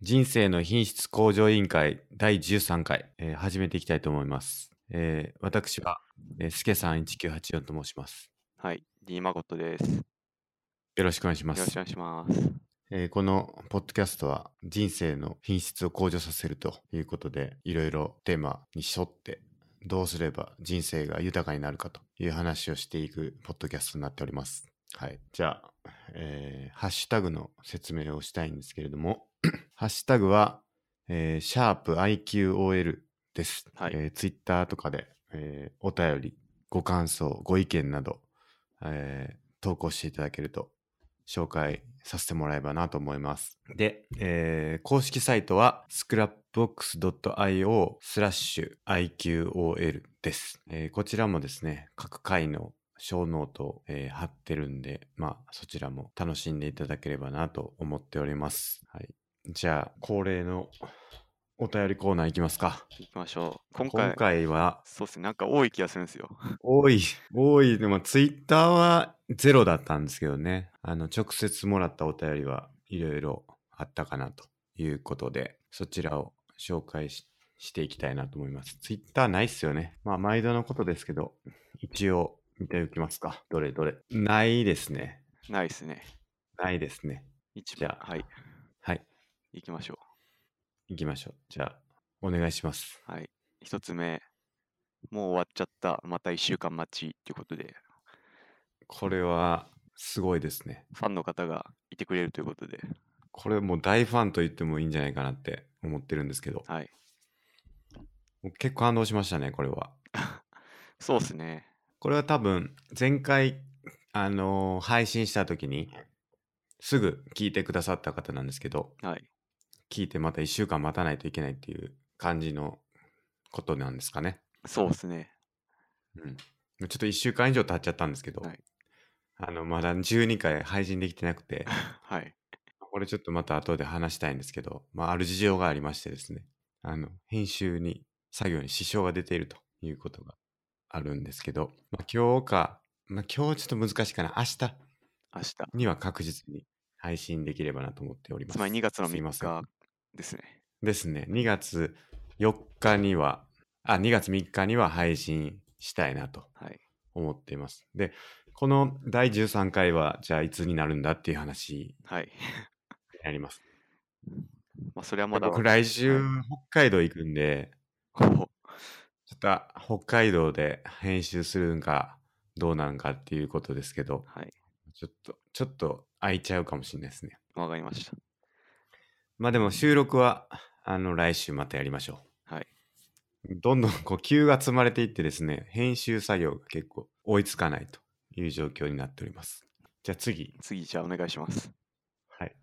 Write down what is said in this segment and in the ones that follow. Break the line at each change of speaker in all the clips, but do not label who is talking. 人生の品質向上委員会第13回、えー始めていきたいと思います。えー私は、えー、すけさん1984と申します。
はい、D マゴットです。よ
よろしくお願いしま
ろしくお
す。
願いします。
えーこのポッドキャストは人生の品質を向上させるということで、いろいろテーマに沿って、どうすれば人生が豊かになるかという話をしていくポッドキャストになっております。はい。じゃあ、えーハッシュタグの説明をしたいんですけれども、ハッシュタグは、えー、シャープ i q o l です。
はい
えー、ツイッターとかで、えーお便り、ご感想、ご意見など、えー投稿していただけると紹介させてもらえばなと思います。で、えー公式サイトは scrapbox.io スラッシュ IQOL です、えーこちらもですね、各回の小ノートを、えー貼ってるんで、まあそちらも楽しんでいただければなと思っております。はい。じゃあ、恒例のお便りコーナーいきますか。
行きましょう。今回、
今回は、
そうですね、なんか多い気がするんですよ。
多い、多い、でもツイッターはゼロだったんですけどね、あの、直接もらったお便りはいろいろあったかなということで、そちらを紹介ししていきたいなと思います。ツイッターないっすよね。まあ、毎度のことですけど、一応見ておきますか。どれどれ。ないですね。
ないですね。
ないですね。
一
じ
番
ゃ、あ
はい、
はい、
行きましょ
行きましょう。じゃあ、お願いします。
う。はい、一つ目、もう終わっちゃった、また一週間待ちということで、
これは、すごいですね。
ファンの方がいてくれるということで、
これもう大ファンと言ってもいいんじゃないかなって思ってるんですけど、
はい、
もう結構感動しましたね、これは。
そうですね。
これは多分、前回、あのー配信した時に、すぐ聞いてくださった方なんですけど、
はい、
聞いてまた1週間待たないといけないっていう感じのことなんですかね。
そうですね。
うん。ちょっと1週間以上経っちゃったんですけど、
はい
あの、まだ12回配信できてなくて、
はい、
これちょっとまた後で話したいんですけど、まあ、ある事情がありましてですね、あの、編集に、作業に支障が出ているということがあるんですけど、まあ、今日か、まあ、今日はちょっと難しいかな、明日
明日、
には確実に配信できればなと思っております。
つまり2月の
すい
3
ません
日ですね。
ですね、2月4日には、あ、2月3日には配信したいなと
はい、
思っています。で、この第13回は、じゃあいつになるんだっていう話
はい。
になります。
まあ、それはまだ、
僕来週、
は
北海道行くんで、
こ
ち
う
ょっとあ北海道で編集するんかどうなんかっていうことですけど、
はい、
ちょっと、ちょっと空いちゃうかもしれないですね。
わかりました。
まあでも収録は、あの、来週またやりましょう。
はい。
どんどんこう、急が積まれていってですね、編集作業が結構追いつかないという状況になっております。じゃあ次。
次、じゃあお願いします。
はい。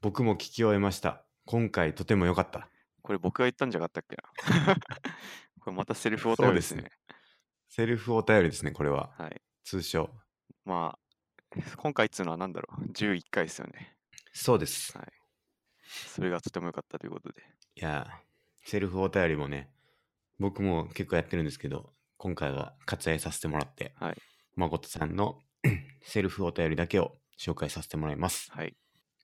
僕も聞き終えました。今回とても良かった。
これ僕が言ったんじゃなかったっけな これまたセルフお便りです
そう
ね
で。セルフお便りですね、これは。
はい。
通称。
まあ、今回っつうのは何だろう ?11 回ですよね。
そうです。
それがとても良かったということで。
いやー、セルフお便りもね、僕も結構やってるんですけど、今回は割愛させてもらって、
はい
誠さんの セルフお便りだけを紹介させてもらいます。
はい。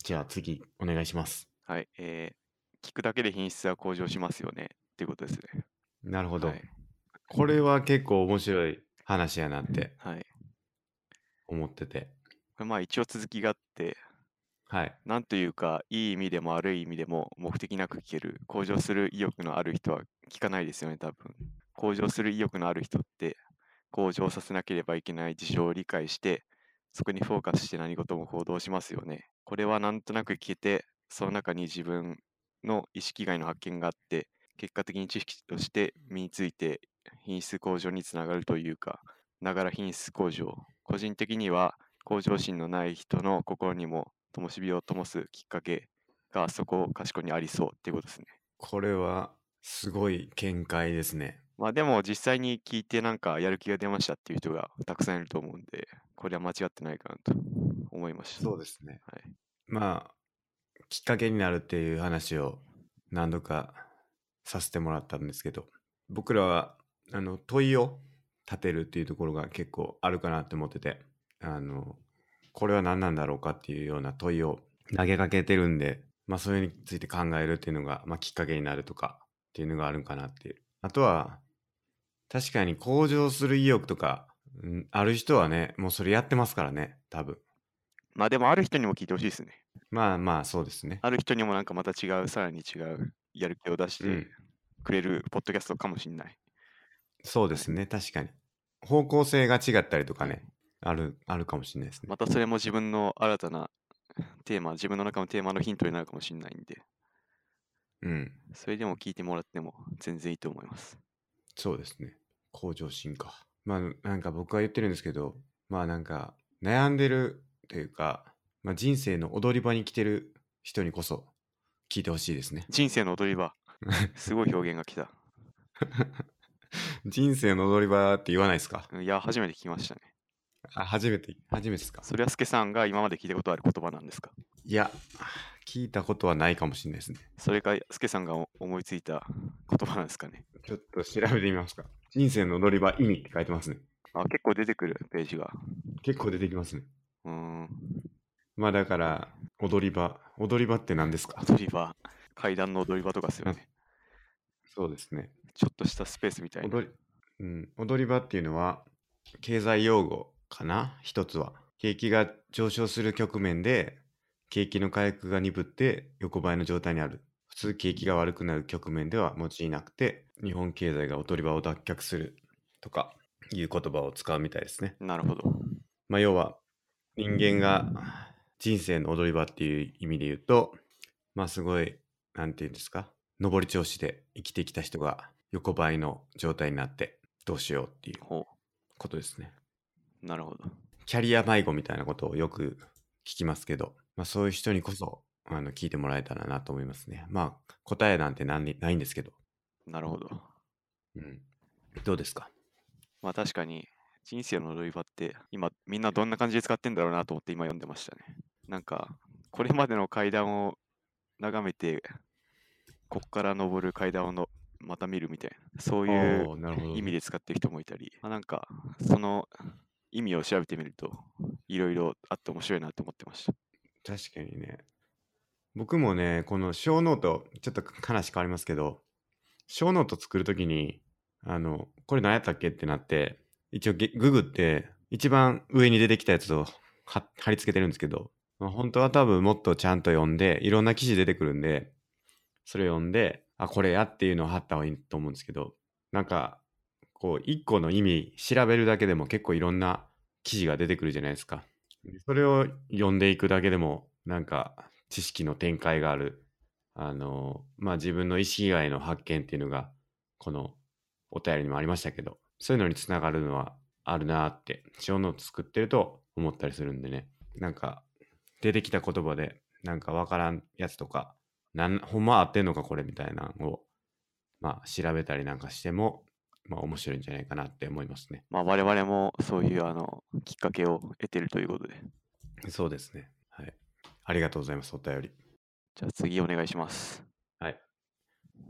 じゃあ次、お願いします。
はい。えー、聞くだけで品質は向上しますよね。っていうことですね。
なるほど。
はい。
これは結構面白い話やなって
はい、
思ってて、
これまあ一応続きがあって、
はい。
なんというか、いい意味でも悪い意味でも目的なく聞ける、向上する意欲のある人は聞かないですよね、多分。向上する意欲のある人って、向上させなければいけない事象を理解して、そこにフォーカスして何事も行動しますよね。これはなんとなく聞けて、その中に自分の意識外の発見があって、結果的に知識として身について品質向上につながるというか、ながら品質向上。個人的には、向上心のない人の心にも灯火を灯すきっかけがそこかしこにありそうっていうことですね。
これはすごい見解ですね。
まあでも実際に聞いてなんかやる気が出ましたっていう人がたくさんいると思うんで、これは間違ってないかなと思いました。
そうですね。
はい、
まあ、きっかけになるっていう話を何度かさせてもらったんですけど、僕らは、あの、問いを立てるっていうところが結構あるかなって思ってて、あの、これは何なんだろうかっていうような問いを投げかけてるんで、まあ、それについて考えるっていうのが、まあ、きっかけになるとかっていうのがあるんかなっていう。あとは、確かに向上する意欲とか、うんある人はね、もうそれやってますからね、多分。
まあでもある人にも聞いてほしいですね。
まあまあ、そうですね。
ある人にもなんかまた違う、さらに違うやる気を出し
うん
てくれるポッドキャストかもしれない。
そうですね、確かに。方向性が違ったりとかね、ある、あるかもしれないですね
ま。たそれも自分の新たなテーマ、自分の中のテーマのヒントになるかもしれないんで、
うん。
それでも聞いてもらっても全然いいと思います。
そうですね。向上心か。まあ、なんか僕は言ってるんですけど、まあなんか、悩んでるというか、まあ人生の踊り場に来てる人にこそ、聞いてほしい ですね。
人生の踊 り場、すごい表現が来た。
人生の踊り場って言わないですか
うんいや、初めて聞きましたね。
あ、初めて、初めてですか
それはすけさんが今まで聞いたことある言葉なんですか
いや、聞いたことはないかもしれないですね。
それか、すけさんがお思いついた言葉なんですかね
ちょっと調べてみますか。人生の踊り場意味って書いてますね。
あ、結構出てくるページが。
結構出てきますね。
うーん、
まあだから、踊り場。踊り場って何ですか
踊り場、階段の踊り場とかですよね。
そうですね。
ちょっとしたスペースみたいな。
踊り、うん、踊り場っていうのは、経済用語かな一つは。景気が上昇する局面で、景気の回復が鈍って横ばいの状態にある。普通景気が悪くなる局面では用いなくて、日本経済が踊り場を脱却するとかいう言葉を使うみたいですね。
なるほど。
まあ、要は人間が人生の踊り場っていう意味で言うと、まあすごい、なんていうんですか、上り調子で生きてきた人が横ばいの状態になって、どうしようっていう
ほ
ことですね。
う、なるほど。
キャリア迷子みたいなことをよく聞きますけど、まあそういう人にこそ、あの、聞いてもらえたらなと思いますね。まあ、答えなんてなんにないんですけど。
なるほど。
うん。どうですか
まあ確かに、人生の踊り場って、今、みんなどんな感じで使ってんだろうなと思って今読んでましたね。なんか、これまでの階段を眺めて、こっから登る階段をのまた見るみたいな、そういう
おーなるほど
意味で使ってる人もいたり、まあ、なんかその意味を調べてみるといろいろあって面白いなと思ってました。
確かにね。僕もね、この小ノート、ちょっと話変わりますけど、小ノート作るときに、あの、これ何やったっけってなって、一応ゲググって、一番上に出てきたやつを貼貼り付けてるんですけど、まあ本当は多分もっとちゃんと読んで、いろんな記事出てくるんで、それ読んで、あ、これやっていうのを貼った方がいいと思うんですけど、なんか、こう、一個の意味調べるだけでも結構いろんな記事が出てくるじゃないですか。それを読んでいくだけでも、なんか知識の展開がある。あの、まあ、自分の意識以外の発見っていうのが、このお便りにもありましたけど、そういうのにつながるのはあるなーって、小ノート作ってると思ったりするんでね。なんか、出てきた言葉で、なんかわからんやつとか、なん、ほんま合ってんのかこれみたいなのを、まあ、調べたりなんかしても、まあ、面白いんじゃないかなって思いますね。
まあ我々もそういうあのきっかけを得てるということで。
そうですね。はい。ありがとうございます、お便り。
じゃあ次お願いします。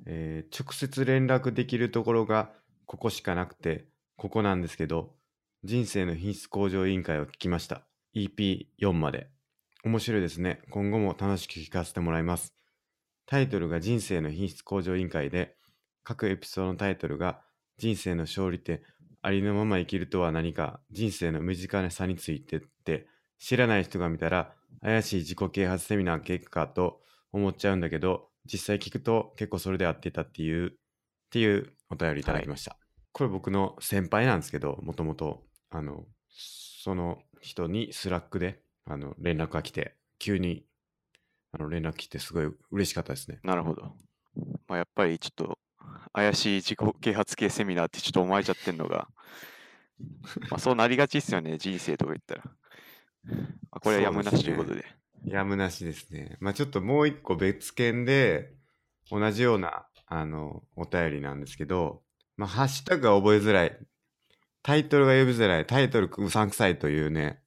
えー直接連絡できるところがここしかなくて、ここなんですけど、人生の品質向上委員会を聞きました。EP4 まで。面白いですね。今後も楽しく聞かせてもらいます。タイトルが人生の品質向上委員会で、各エピソードのタイトルが人生の勝利ってありのまま生きるとは何か、人生の身近さについてって、知らない人が見たら怪しい自己啓発セミナー結果と思っちゃうんだけど実際聞くと結構それで合ってたっていうっていうお便りいただきました、これ僕の先輩なんですけどもともとあのその人にスラックであの連絡が来て急にあの連絡来てすごい嬉しかったですね
なるほど。まあやっぱりちょっと怪しい自己啓発系セミナーってちょっと思われちゃってんのが、まあそうなりがちっすよね、人生とか言ったら。まあこれはやむなしということで。
やむなしですねまあちょっともう一個別件で同じようなあのお便りなんですけどまあハッシュタグが覚えづらいタイトルが呼びづらいタイトルうさんくさいというね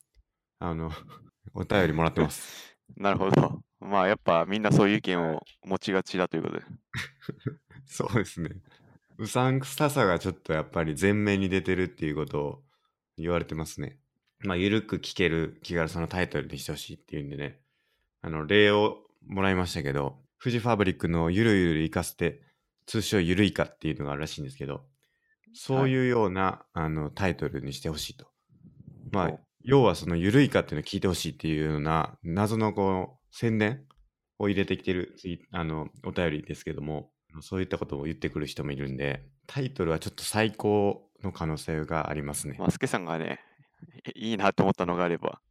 あの お便りもらってます
なるほど。 まあやっぱみんなそういう意見を持ちがちだということで。
そうですね。うさんくささがちょっとやっぱり前面に出てるっていうことを言われてますね。まあ、ゆるく聞ける気軽さのタイトルにしてほしいっていうんでね、あの、例をもらいましたけど、フジファブリックのゆるゆるイカステ、通称ゆるイカっていうのがあるらしいんですけど、そういうような、あのタイトルにしてほしいと。まあ
お、
要はそのゆるいかっていうのを聞いてほしいっていうような謎のこう宣伝を入れてきてるツイあのお便りですけども、そういったことを言ってくる人もいるんで、タイトルはちょっと最高の可能性がありますね。
まあ、スケさんがね、い いいなと思ったのがあれば、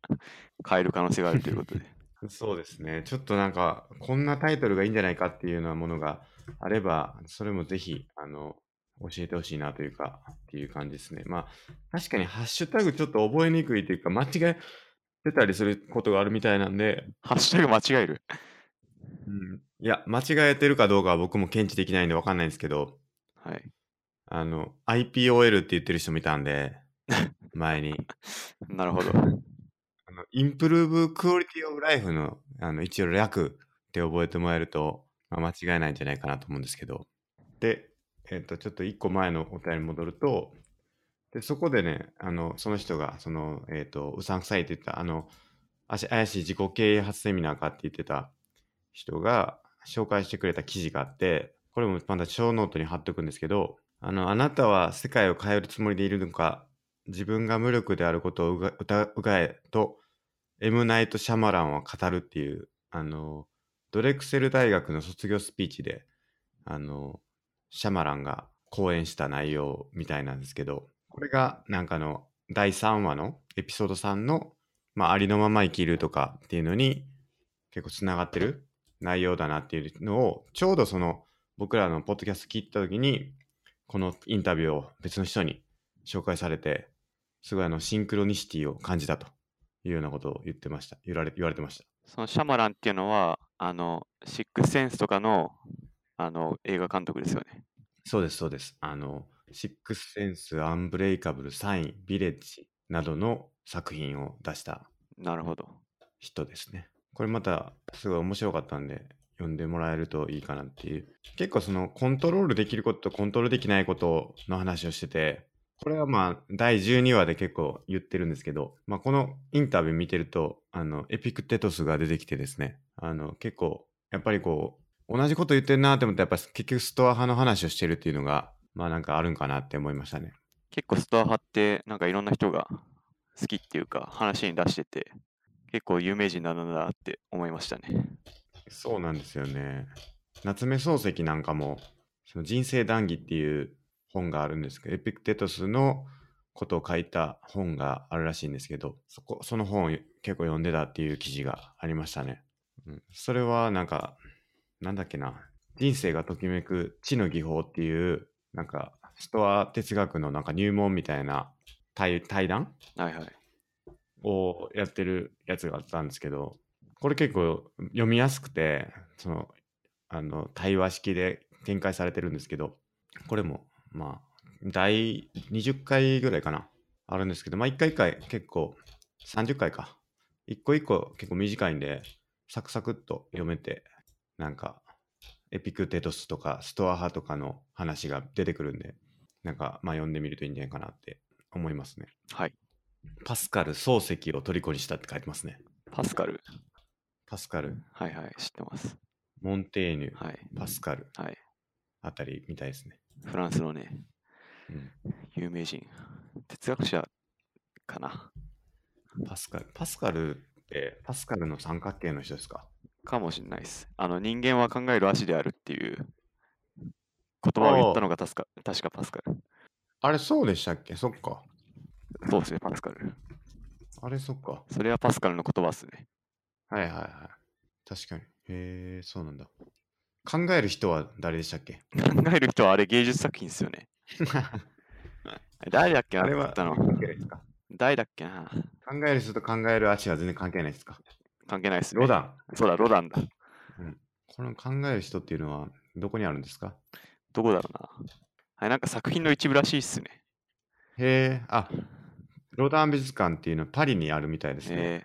変える可能性があるということ で。
そうですね。ちょっとなんか、こんなタイトルがいいんじゃないかっていうようなものがあれば、それもぜひ、あの、教えてほしいなというか、っていう感じですね。まあ、確かにハッシュタグちょっと覚えにくいというか、間違えてたりすることがあるみたいなんで、
ハッシュタグ間違える。
うん、いや、間違えてるかどうかは僕も検知できないんでわかんないんですけど、
はい。
あの、IPOL って言ってる人もいたんで、前に。
なるほど。
あの、インプルーブクオリティオブライフの、あの、一応略って覚えてもらえると、まあ、間違いないんじゃないかなと思うんですけど。で、えっ、と、ちょっと一個前のお便りに戻ると、で、そこでね、あの、その人が、その、えっ、と、うさんくさいって言った、あの、あし怪しい自己啓発セミナーかって言ってた人が紹介してくれた記事があって、これもまた小ノートに貼っとくんですけど、あの、あなたは世界を変えるつもりでいるのか、自分が無力であることをうが疑えと、エム・ナイト・シャマランを語るっていう、あの、ドレクセル大学の卒業スピーチで、あの、シャマランが講演した内容みたいなんですけど、これがなんかの第3話のエピソード3の、まあ、ありのまま生きるとかっていうのに結構つながってる内容だなっていうのを、ちょうどその僕らのポッドキャスト聞いた時に、このインタビューを別の人に紹介されて、すごいあのシンクロニシティを感じたというようなことを言ってました。言われ言われてました。
そのシャマランっていうのは、あの、シックスセンスとかの、あの、映画監督ですよね。
そうです、そうです。あの、シックスセンス、アンブレイカブル、サイン、ビレッジなどの作品を出した
なるほど。
人ですね。これまたすごい面白かったんで、読んでもらえるといいかなっていう。結構そのコントロールできることとコントロールできないことの話をしてて、これはまあ第12話で結構言ってるんですけど、まあ、このインタビュー見てると、あの、エピクテトスが出てきてですね、あの、結構、やっぱりこう、同じこと言ってんなって思ったら、やっぱ結局ストア派の話をしてるっていうのが、まあなんかあるんかなって思いましたね。
結構ストア派って、なんかいろんな人が好きっていうか、話に出してて、結構有名人なんだなって思いましたね。
そうなんですよね。夏目漱石なんかも、その人生談義っていう本があるんですけど、エピクテトスのことを書いた本があるらしいんですけど、そこ、その本を結構読んでたっていう記事がありましたね。うん、それはなんか、なんだっけな、人生がときめく知の技法っていう、なんか、ストア哲学のなんか入門みたいな対対談
はいはい。
をやってるやつがあったんですけどこれ結構読みやすくてそのあの対話式で展開されてるんですけどこれもまあ第20回ぐらいかなあるんですけどまあ1回1回結構30回か1個1個結構短いんでサクサクっと読めてなんかエピクテトスとかストア派とかの話が出てくるんでなんかまあ読んでみるといいんじゃないかなって思いますね。
はい。
パスカル漱石を虜にしたって書いてますね。
パスカル。
パスカル、
はいはい、知ってます。
モンテーニュ、
はい。
パスカル
はい。
あたりみたいですね。
フランスのね、
うん、
有名人。哲学者かな。
パスカル。パスカルってパスカルの三角形の人ですか
かもしれないです。あの人間は考える足であるっていう言葉を言ったのが確か確かパスカル。
あれそうでしたっけそっか。
そうですね、パスカル。
あれそっか。
それはパスカルの言葉ですね。
はいはいはい。確かに。へえ、そうなんだ。考える人は誰でしたっけ
考える人はあれ芸術作品ですよね。誰だっけな
あれ
作
は
ったの
関係ないですか
誰だっけな
考える人と考える足は全然関係ないですか
関係ないですね。
ロダン。
そうだ、ロダンだ。
この考える人っていうのはどこにあるんですか
どこだろうな。はい、なんか作品の一部らしいっすね。
へえ、あ、ロダン美術館っていうのはパリにあるみたいですね。
え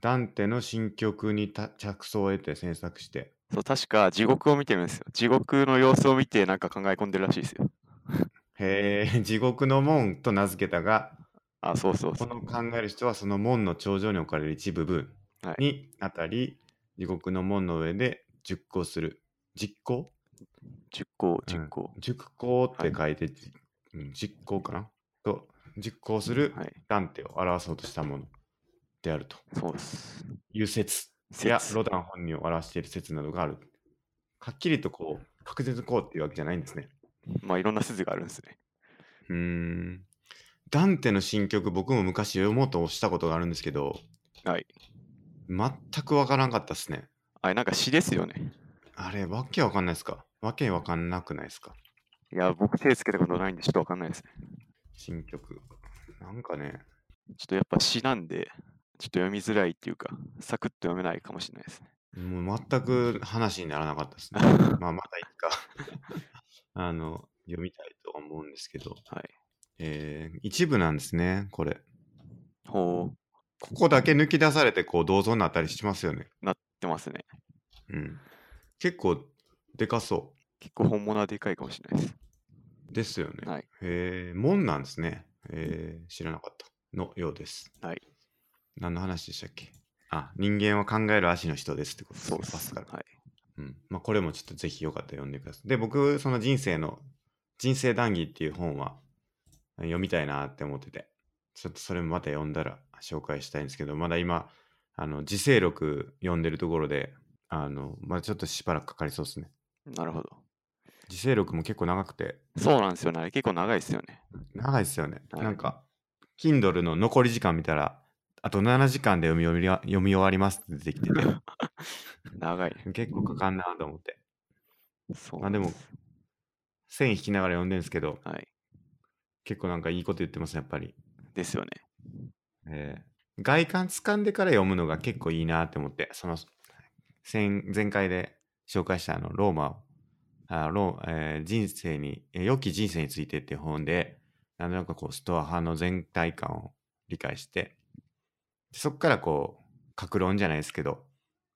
ダンテの新曲にた着想を得て制作して。
ーそう確か地獄を見てるんですよ。地獄の様子を見てなんか考え込んでるらしいですよ。
へ え、地獄の門と名付けたが、
あ、そうそうそ
こ
う。
の考える人はその門の頂上に置かれる一部分
はい
にあたり、地獄の門の上で熟考する。実行
実行、
うん
実行。
熟考って書
はい
て、じうん実行かなと、実行する
はい、
断定を表そうとしたものであると
そうです。
いう説。いや、ロダン本人を表している説などがある。はっきりとこう、確実にこうっていうわけじゃないんですね。
まあいろんな説があるんですね。
うーん。ダンテの新曲、僕も昔読もうとしたことがあるんですけど、
はい。
全くわからんかったですね。
あれなんか詩ですよね。
あれ、わけわかんないですかわけわかんなくないですか
いや、僕手つけたことないんでちょっとわかんないですね。
新曲。なんかね、
ちょっとやっぱ詩なんで、ちょっと読みづらいっていうか、サクッと読めないかもしれないですね。
もう全く話にならなかった ですね。まあ、またいつか、 あの、読みたいとは思うんですけど、
はい。
えー、一部なんですね、これ。
ほう、
ここだけ抜き出されて、こう、銅像になったりしますよね。
出ますね。
うん。結構でかそ
結構本物はでかいかもしれないです。
うですよね。
はい
えー、門なんですね。えー、知らなかった。のようです。
はい。
何の話でしたっけあ、人間は考える足の人ですってことです
そ
ね。
うで
パ
す。
スカル。
はい。
うん。まあ、これもちょっとぜひよかったら読んでください。で、僕、その人生の、人生談義っていう本は読みたいなって思ってて、ちょっとそれもまた読んだら紹介したいんですけど、まだ今、あの、自制録読んでるところで、あの、まだちょっとしばらくかかりそうですね。
なるほど。
自制録も結構長くて、
そうなんですよね。あれ結構長いですよね。
長いですよね。
はい
なんか、Kindle の残り時間見たら、あと7時間で読み終わり読み終わりますって出てきてて、
長いね。
結構かかんなと思って。
そう
ま
な
あ
ん
で
です。
も、線引きながら読んでるんですけど、
はい。
結構なんかいいこと言ってますね、やっぱり。
ですよね。
えー外観掴んでから読むのが結構いいなって思って、その、先前回で紹介したあの、ローマを、あローえー人生に、えー良き人生についてっていう本で、なんとなくこう、ストア派の全体感を理解して、でそこからこう、格論じゃないですけど、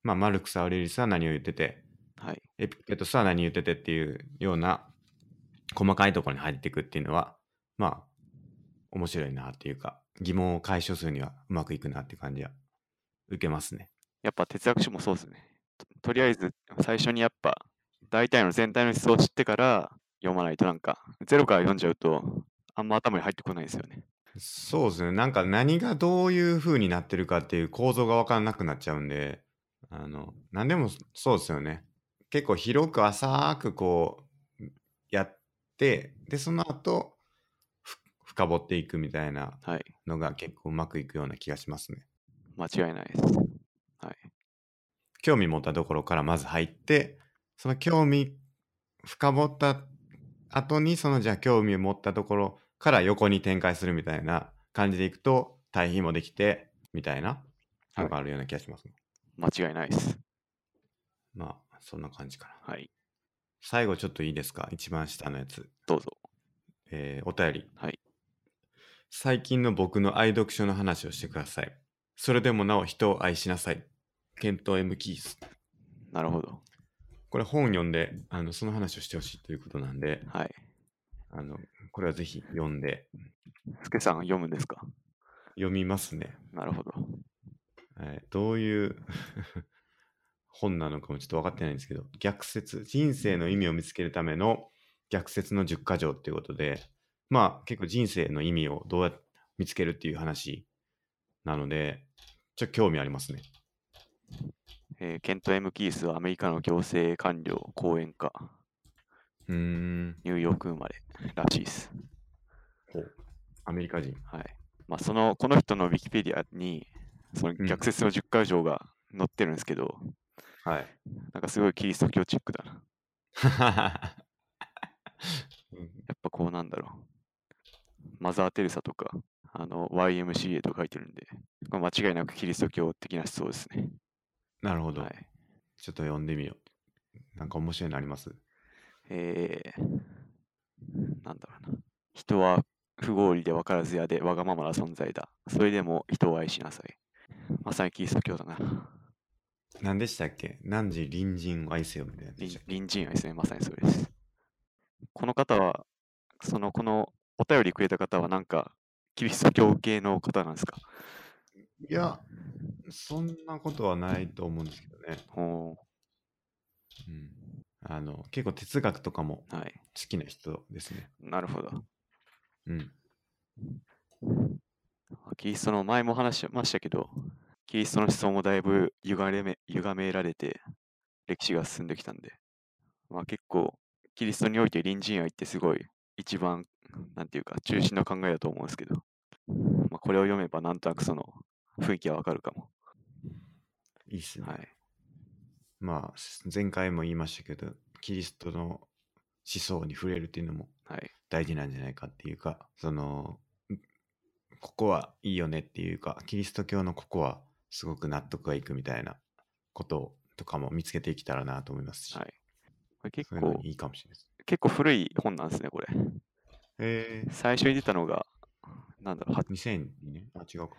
まあ、マルクス・アウレリウスは何を言ってて、
はい。
エピクテトスは何言っててっていうような細かいところに入っていくっていうのはまあ面白いなっていうか疑問を解消するにはうまくいくなって感じは受けますね。
やっぱ哲学書もそうですね。ととりあえず、最初にやっぱ、大体の全体の思想を知ってから読まないとなんか、ゼロから読んじゃうと、あんま頭に入ってこないですよね。
そうですねなんか何がどういう風になってるかっていう構造が分かんなくなっちゃうんであの何でもそうですよね結構広く浅くこうやってでその後ふ深掘っていくみたいな
はい。
のが結構うまくいくような気がしますね。
間違いないです。
興味持ったところからまず入ってその興味深掘った後にそのじゃあ興味を持ったところから横に展開するみたいな感じでいくと対比もできてみたいな
はい
のがあるような気がします、
間違いないです。
まあそんな感じかな
はい。
最後ちょっといいですか一番下のやつ、
どうぞ。
えーお便り、
はい
最近の僕の愛読書の話をしてくださいそれでもなお人を愛しなさいケント M キース
なるほど。
これ本読んであのその話をしてほしいということなんで
はい。
あの、これはぜひ読んで、
スケさん読むんですか
読みますね。
なるほど。
はい、どういう 本なのかもちょっと分かってないんですけど、逆説、人生の意味を見つけるための逆説の10か条っていうことで、まあ結構人生の意味をどうやっ見つけるっていう話なので、ちょっと興味ありますね。
えーケント・ M ・キースはアメリカの行政官僚、講演家、
うーん、
ニューヨーク生まれらしいです。
ほう。アメリカ人。
はい。まあ、その、この人のウィキペディアに、その
うん
逆説の10回以上が載ってるんですけど、
はい。
なんかすごいキリスト教チックだな。やっぱこうなんだろう。マザー・テレサとか、あの、YMCA と書いてるんで、これ間違いなくキリスト教的な思想ですね。
なるほど、
はい。
ちょっと読んでみよう。なんか面白いのあります
えー、なんだろうな。人は不合理で分からずやでわがままな存在だ。それでも人を愛しなさい。まさにキリスト教だな。
何でしたっけ何時隣人を愛せよみたいなやつでした
隣
っけ
隣人愛ですね、まさにそれです。この方は、その、このお便りくれた方は、なんか、キリスト教系の方なんですか
いや、そんなことはないと思うんですけどね。
ほ
うん、あの結構哲学とかも
うはい。
好きな人ですね。
なるほど。
うん。
キリストの前も話しましたけど、キリストの思想もだいぶ歪れめ歪められて、歴史が進んできたんで、まあ、結構、キリストにおいて隣人愛ってすごい一番、なんていうか、中心の考えだと思うんですけど、まあ、これを読めばなんとなくその雰囲気はわかるかも。
いいっすね。
はい。
まあ、前回も言いましたけど、キリストの思想に触れるっていうのも
はい。
大事なんじゃないかっていうか、その、んここはいいよねっていうか、キリスト教のここはすごく納得がいくみたいなこととかも見つけていけたらなと思いますし、
はい。これ結
そういうの
構
に、いいかもしれないです。
結構古い本なんですね、これ。
え
最初に出たのが、なんだろう、
ー、2002年あ、違うか。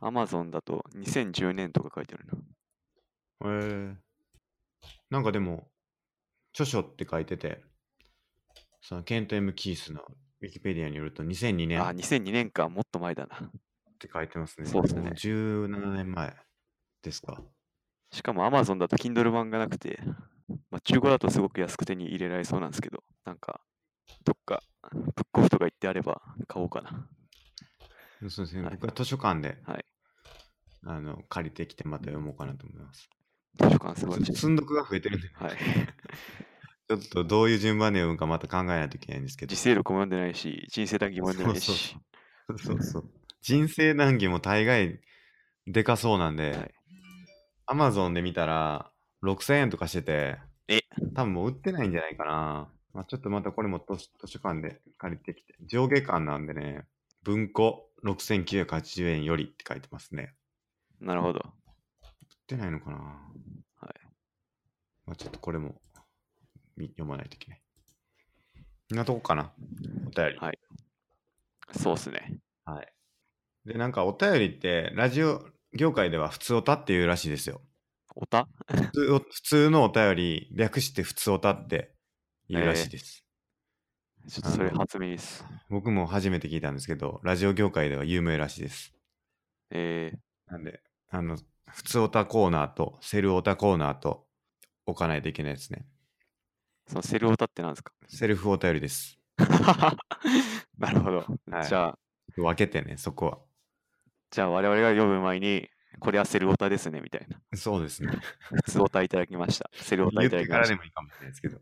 アマゾンだと2010年とか書いてあるな。
えー、なんかでも、著書って書いてて、そのケント・ M ・キースのウィキペディアによると2002年
あ、2002年か、もっと前だな。
って書いてますね。
そうですね
も17年前ですか。
しかも Amazon だと Kindle 版がなくて、まあ、中古だとすごく安く手に入れられそうなんですけど、なんか、どっか、ブックオフとか行ってあれば買おうかな。
そうですね。
はい
僕は図書館で、
はい
あの借りてきてまた読もうかなと思います。
図書館すごい
ちょっと積んどくが増えてるんで、
はい。
ちょっとどういう順番で読むかまた考えないといけないんですけど。
自制力も読んでないし、人生談義も読んでない
そう
し、
そうそうそう。人生談義も大概でかそうなん
はい
で、アマゾンで見たら6000円とかしてて、
え
多分もう売ってないんじゃないかな。まあ、ちょっとまたこれも図図書館で借りてきて、上下巻なんでね、文庫6980円よりって書いてますね。
なるほど。
ってないのかなはいまあちょっとこれもみ読まないといけない。んなとこかなお便り。
はいそうっすね。
はい。で、なんかお便りって、ラジオ業界では普通おたっていうらしいですよ。
おた
普通お普通のお便り、略して普通おたっていうらしいです。
ちょっとそれ
あの
初耳です。
僕も初めて聞いたんですけど、ラジオ業界では有名らしいです。
え
なんで、あの、普通おたコーナーとセルおたコーナーと置かないといけないですね。
ー、そのセルオタってなんですか
セルフお便りです。
なるほど。
はい
じゃあ、
分けてね、そこは。
じゃあ我々が読む前に、これはセルオタですね、みたいな。
そうですね。
普通オタいただきました。セルオタ
言
い
った
だ
て
き
か
ま
ら
し
で
た。
もいいかもしれないですけど。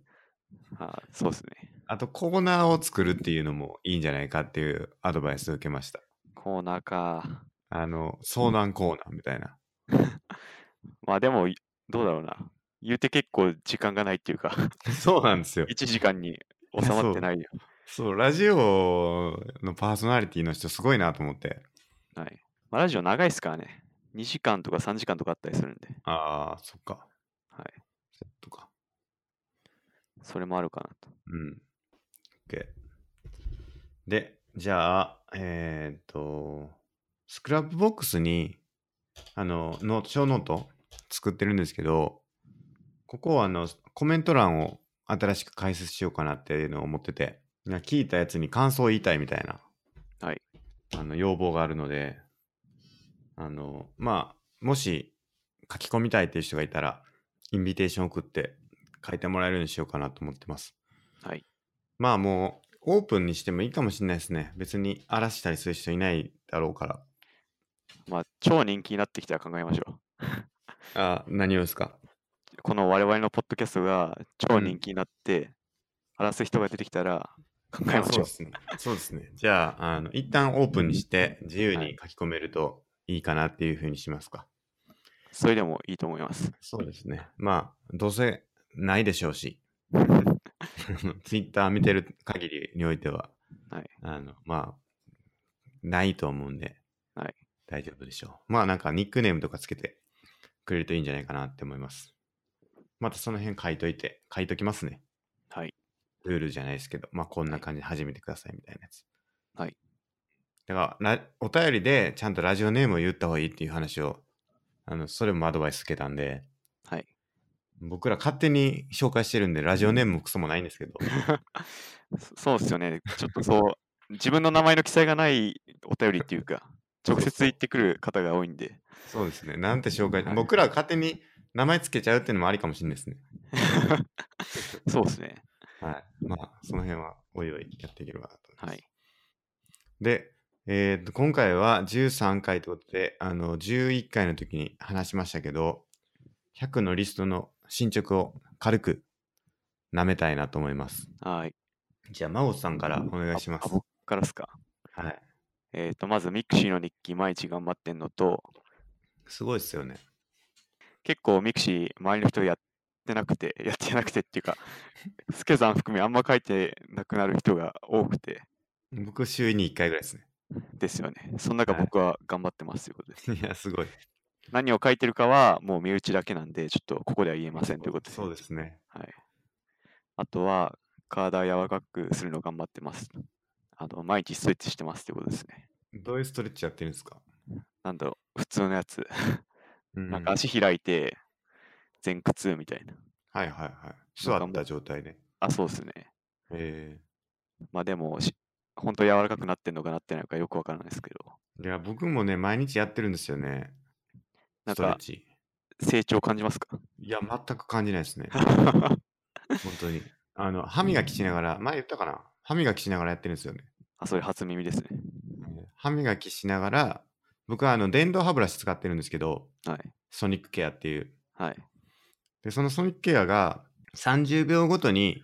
あーそうっすね。
あと、コーナーを作るっていうのもいいんじゃないかっていうアドバイスを受けました。
コーナーか。
あの、相談コーナーみたいな。
まあでも、いどうだろうな。言うて結構時間がないっていうか、
そうなんですよ。
1時間に収まってないよ。
そう、ラジオのパーソナリティの人すごいなと思って。
はい。まあラジオ長いですからね。2時間とか3時間とかあったりするんで、
ああ、そっか。
はい。
そっとか。
それもあるかなと。
うん。OK。で、じゃあ、えーっと、スクラップボックスに、あの、ノート、小ノート作ってるんですけど、ここはあの、コメント欄を新しく解説しようかなっていうのを思ってて、な聞いたやつに感想を言いたいみたいな、
はい。
あの、要望があるので、あの、まあ、もし書き込みたいっていう人がいたら、インビテーション送って書いてもらえるようにしようかなと思ってます。
はい。
まあもう、オープンにしてもいいかもしれないですね。別に荒らしたりする人いないだろうから。
まあ、超人気になってきたら考えましょ
あ何をですか
う。この我々のポッドキャストが超
うん
人気になって、荒らす人が出てきたら考え
あ
ま
そうで
しょう。
すね。そうですね。じゃあ、あの、一旦オープンにして、自由に書き込めるといいかなっていうふうにしますか。
それでもいいと思います。
そうですね。まあ、どうせないでしょうし、 ツイッター見てる限りにおいては、
はい
あの、まあ、ないと思うんで、
はい
大丈夫でしょう。まあ、なんかニックネームとかつけてくれるといいんじゃないかなって思います。またその辺書いといて、書いときますね。
はい。
ルールじゃないですけど、まあ、こんな感じで始めてくださいみたいなやつ。
はい。
だから、ラお便りでちゃんとラジオネームを言った方がいいっていう話を、あの、それもアドバイスつけたんで、
はい。
僕ら勝手に紹介してるんで、ラジオネームもクソもないんですけど、
そそうですよね。ちょっとそう、自分の名前の記載がないお便りっていうか、直接言ってくる方が多いんで、
そうですね。なんて紹介、
はい
僕ら勝手に名前つけちゃうっていうのもありかもしれないですね。
そうですね。
はい。まあ、その辺はおいおいやっていければなと思います。
はい。
で、えーと今回は13回ということで、あの、11回の時に話しましたけど、100のリストの進捗を軽く舐めたいなと思います。
はい。
じゃあ、真央さんからお願いします
あ。僕からですか。
はい。
えっ、と、まずミクシーの日記、毎日頑張ってんのと、
すごいですよね。
結構ミクシー、周りの人やってなくて、 やってなくてっていうか、スケさん含めあんま書いてなくなる人が多くて
僕、週に1回ぐらいですね。
ですよね。その中
はい
僕は頑張ってますということです。
いや、すごい。
何を書いてるかはもう身内だけなんで、ちょっとここでは言えませんということですね。
そうですね。
はい。あとは、体柔らかくするの頑張ってます。あの、毎日ストレッチしてますということですね。
どういうストレッチやってるんですか、
なんだろう、普通のやつ。
うん
なんか足開いて、前屈みたいな。
はいはいはい。座った状態ね。
あ、そうですね。
え
まあでもし、本当柔らかくなってんのかなってないのかよくわからないですけど、
ーいや、僕もね、毎日やってるんですよね。
な
ス
ん
トレ
か
ッチ。
成長感じますか
いや、全く感じないですね。
は
本当に。あの、歯磨きしながら、前言ったかな歯磨きしながらやってるんですよね。
あ、それ初耳ですね。
歯磨きしながら、僕はあの、電動歯ブラシ使ってるんですけど、
はい。
ソニックケアっていう。
はい。
で、そのソニックケアが30秒ごとに、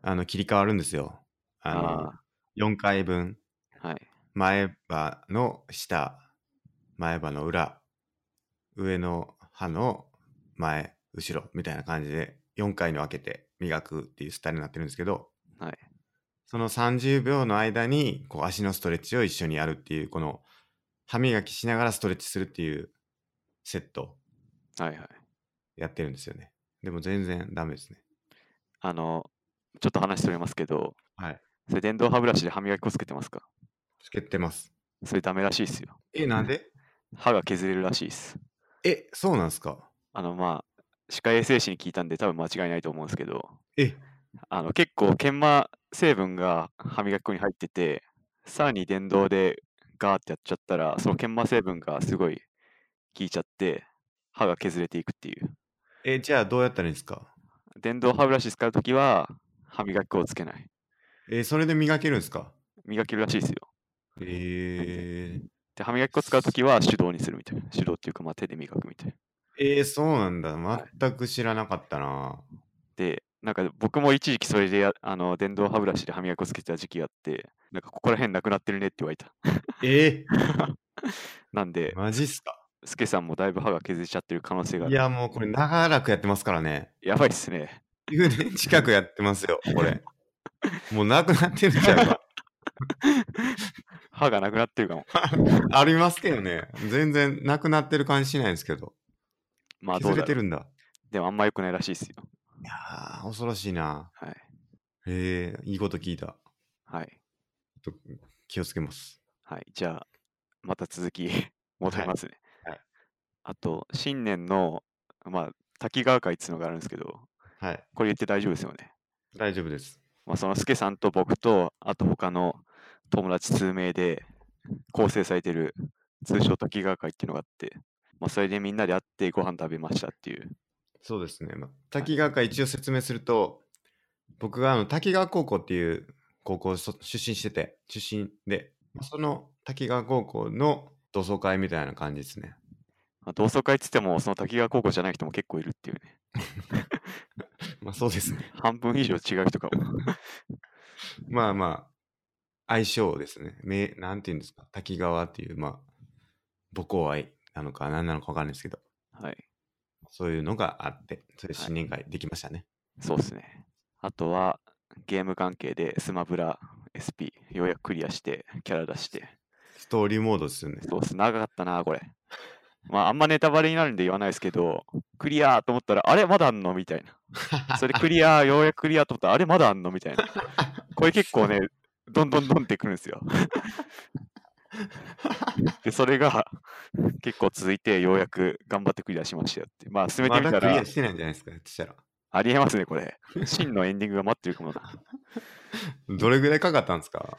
あの、切り替わるんですよ。あの、
あ
4回分。
ーはい。
前歯の下、前歯の裏、上の歯の前、後ろみたいな感じで4回に分けて磨くっていうスタイルになってるんですけど、
はい
その30秒の間にこう足のストレッチを一緒にやるっていう、この歯磨きしながらストレッチするっていうセット
はいはい。
やってるんですよね。でも全然ダメですね。
あの、ちょっと話しておりますけど、
はい。
それ電動歯ブラシで歯磨き粉つけてますか
つけてます。
それダメらしいですよ。
え、なんで
歯が削れるらしいです。
え、そうなんですか
あの、まあ、歯科衛生士に聞いたんで多分間違いないと思うんですけど、
え、
あの結構研磨成分が歯磨き粉に入っててさらに電動でガーってやっちゃったらその研磨成分がすごい効いちゃって歯が削れていくっていう
え、じゃあどうやったらいいんですか
電動歯ブラシ使うときは歯磨き粉をつけない
え、それで磨けるんですか
磨けるらしいですよ
えー、
で歯磨き粉使うときは手動にするみたいな手動っていうかまあ手で磨くみたいな
えー、そうなんだ。全く知らなかったな。
でなんか僕も一時期それでやあの電動歯ブラシで歯磨き粉つけてた時期があってなんかここら辺なくなってるねって言われた
え
なんで
ー、マジっすか
スケさんもだいぶ歯が削れちゃってる可能性があ
い
る
や、もうこれ長らくやってますからね。
やばいっすね
9年近くやってますよ、これ。もうなくなってるんちゃう か。
歯がなくなってるかも。
ありますけどね。全然なくなってる感じしないんですけど。
まあど
削
う
れ
だ
て
ろ
るんだ。
うでもあんま良くないらしいですよ。
いやー、恐ろしいな。
はい。
えー、いいこと聞いた。
はい。
気をつけます。
はい。じゃあ、また続き 戻りますね。
はい
あと、新年の、まあ、滝川会っていうのがあるんですけど、
はい。
これ言って大丈夫ですよね。
大丈夫です。
まあ、そのスケさんと僕と、あと他の友達数名で構成されてる通称滝川会っていうのがあって、まあ、それでみんなで会ってご飯食べましたっていう。
そうですね。まあ、滝川会一応説明すると、僕があの滝川高校っていう高校そ出身してて、出身で、まあその滝川高校の同窓会みたいな感じですね。
まあ、同窓会って言っても、その滝川高校じゃない人も結構いるっていうね。
まあそうです ね。
半分以上違う人かも。
まあまあ、相性ですね。めなんていうんですか、滝川っていう、まあ、母校愛なのか何なのかわかんないですけど、
はい。
そういうのがあって、それで
はい
新年会できましたね。
そうですね。あとはゲーム関係でスマブラ SP ようやくクリアしてキャラ出して。
ストーリーモードですよね。
そうっす、長かったな、これ。まああんまネタバレになるんで言わないですけど、クリアーと思ったら、あれまだあんのみたいな。それクリアー、ようやくクリアーと思ったら、あれまだあんのみたいな。これ結構ね、どんどんどんってくるんですよ。で、それが結構続いて、ようやく頑張ってクリアしましたよって。まあ進めて
ま
み
だ
た
クリ
ら
ア、してないんじゃないですか、やってた ら。
ありえますね、これ。真のエンディングが待ってるかもな。
どれぐらいかかったんですか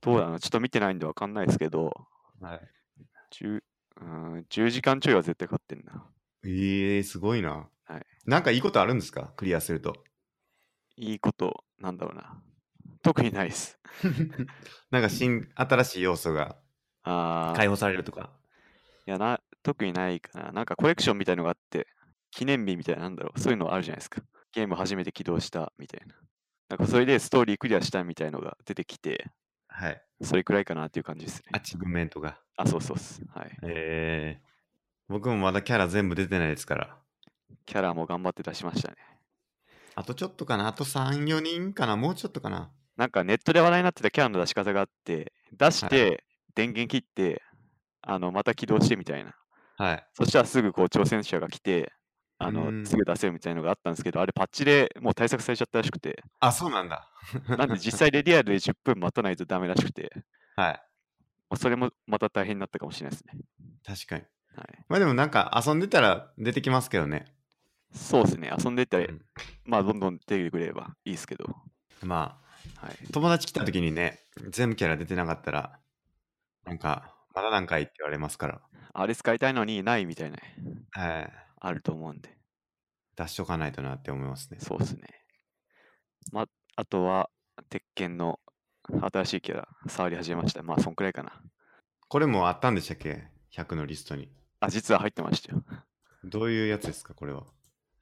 どうだろうちょっと見てないんでわかんないですけど、
はい。
10, うん10時間ちょいは絶対勝ってんな。
ええすごいな。
はい
なんかいいことあるんですかクリアする と。
いいこと、なんだろうな。特にないです。
なんか新、新しい要素が
ああ、い
解放されるとか。
やな、特にないかな。なんかコレクションみたいのがあって、記念日みたいな、なんだろう、そういうのあるじゃないですか。ゲーム初めて起動したみたいな。なんかそれでストーリークリアしたみたいのが出てきて、
はい。
それくらいかなっていう感じです
ア
ね。
チブメントが。
あ、そうそうっす。はい。
ええ僕もまだキャラ全部出てないですから。
キャラも頑張って出しましたね。
あとちょっとかな。あと3、4人かな。もうちょっとかな。
なんかネットで話題になってたキャラの出し方があって、出し
い
て、電源切って、あの、また起動してみたいな。
はい。
そしたらすぐこう挑戦者が来て、あ
う
の
ん
すぐ出せるみたいなのがあったんですけど、あれパッチでもう対策されちゃったらし くて、
あ、そうなんだ。
なんで実際でリアルで10分待たないとダメらしくて、
はい。
まあそれもまた大変になったかもしれないですね。
確かに。
はい、
まあでもなんか遊んでたら出てきますけどね。
そうですね、遊んでたら、
うん
まあどんどん出てくれればいいですけど、
まあ、
はい、
友達来た時にね、全部キャラ出てなかったら、なんか、まだなんかいって言われますから。
あれ使いたいのにないみたいな、
はい。
あると思うんで、
出しとかないとなって思いますね。
そうですね。まあ、あとは、鉄拳の新しいキャラ、触り始めました。まあ、そんくらいかな。
これもあったんでしたっけ ?100 のリストに。
あ、実は入ってましたよ。
どういうやつですかこれは。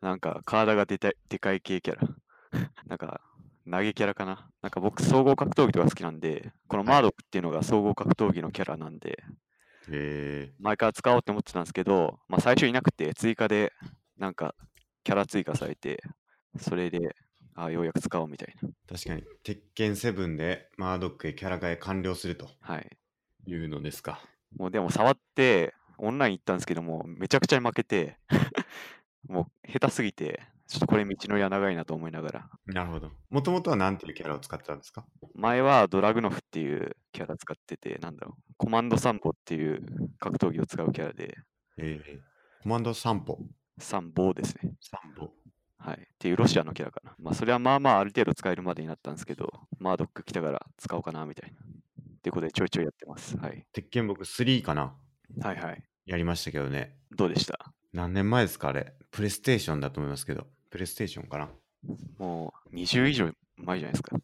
なんか体がでたいでかい系キャラ。 なんか投げキャラかな。なんか僕、総合格闘技とか好きなんで、こ
は
の
い
マードックっていうのが総合格闘技のキャラなんで、
へえ。
前から使おうって思ってたんですけど、まあ、最初いなくて、追加でなんかキャラ追加されて、それで、あようやく使おうみたいな。
確かに、鉄拳7でマードックへキャラ替え完了すると
はい。
いうのですか。
もうでも触って、オンライン行ったんですけども、めちゃくちゃに負けて、 もう下手すぎて、ちょっとこれ道のりは長いなと思いながら。
なるほど。もともとは何ていうキャラを使ってたんですか
前はドラグノフっていうキャラ使ってて、なんだろう、コマンド散歩っていう格闘技を使うキャラで、
ええ。コマンド散歩。
散歩ですね。
散歩。
はい。っていうロシアのキャラかな。まあ、それはまあまあある程度使えるまでになったんですけど、マードック来たから使おうかなみたいな。っていうことでちょいちょいやってます。はい。
鉄拳僕3かな
はいはい。
やりましたけどね。
どうでした
何年前ですかあれ。プレイステーションだと思いますけど。プレイステーションかな
もう20以上前じゃないですか。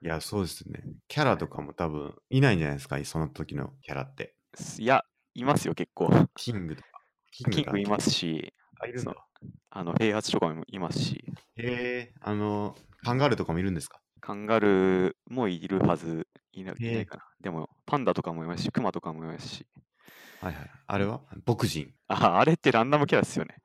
いや、そうですね。キャラとかも多分いないんじゃないですかその時のキャラって。
すいや、いますよ、結構。
キングとか。キ。
キングいますすし、
あ、いるんだ。
あの、平八とかもいますし、
へえ、あの、カンガルーとかもいるんですか
カンガルーもいるはず、いな,、い
へ
な
え
いかな。でも、パンダとかもいますし、クマとかもいますし。
はいはい。あれは牧人。
あ、 あれってランダムキャラですよね。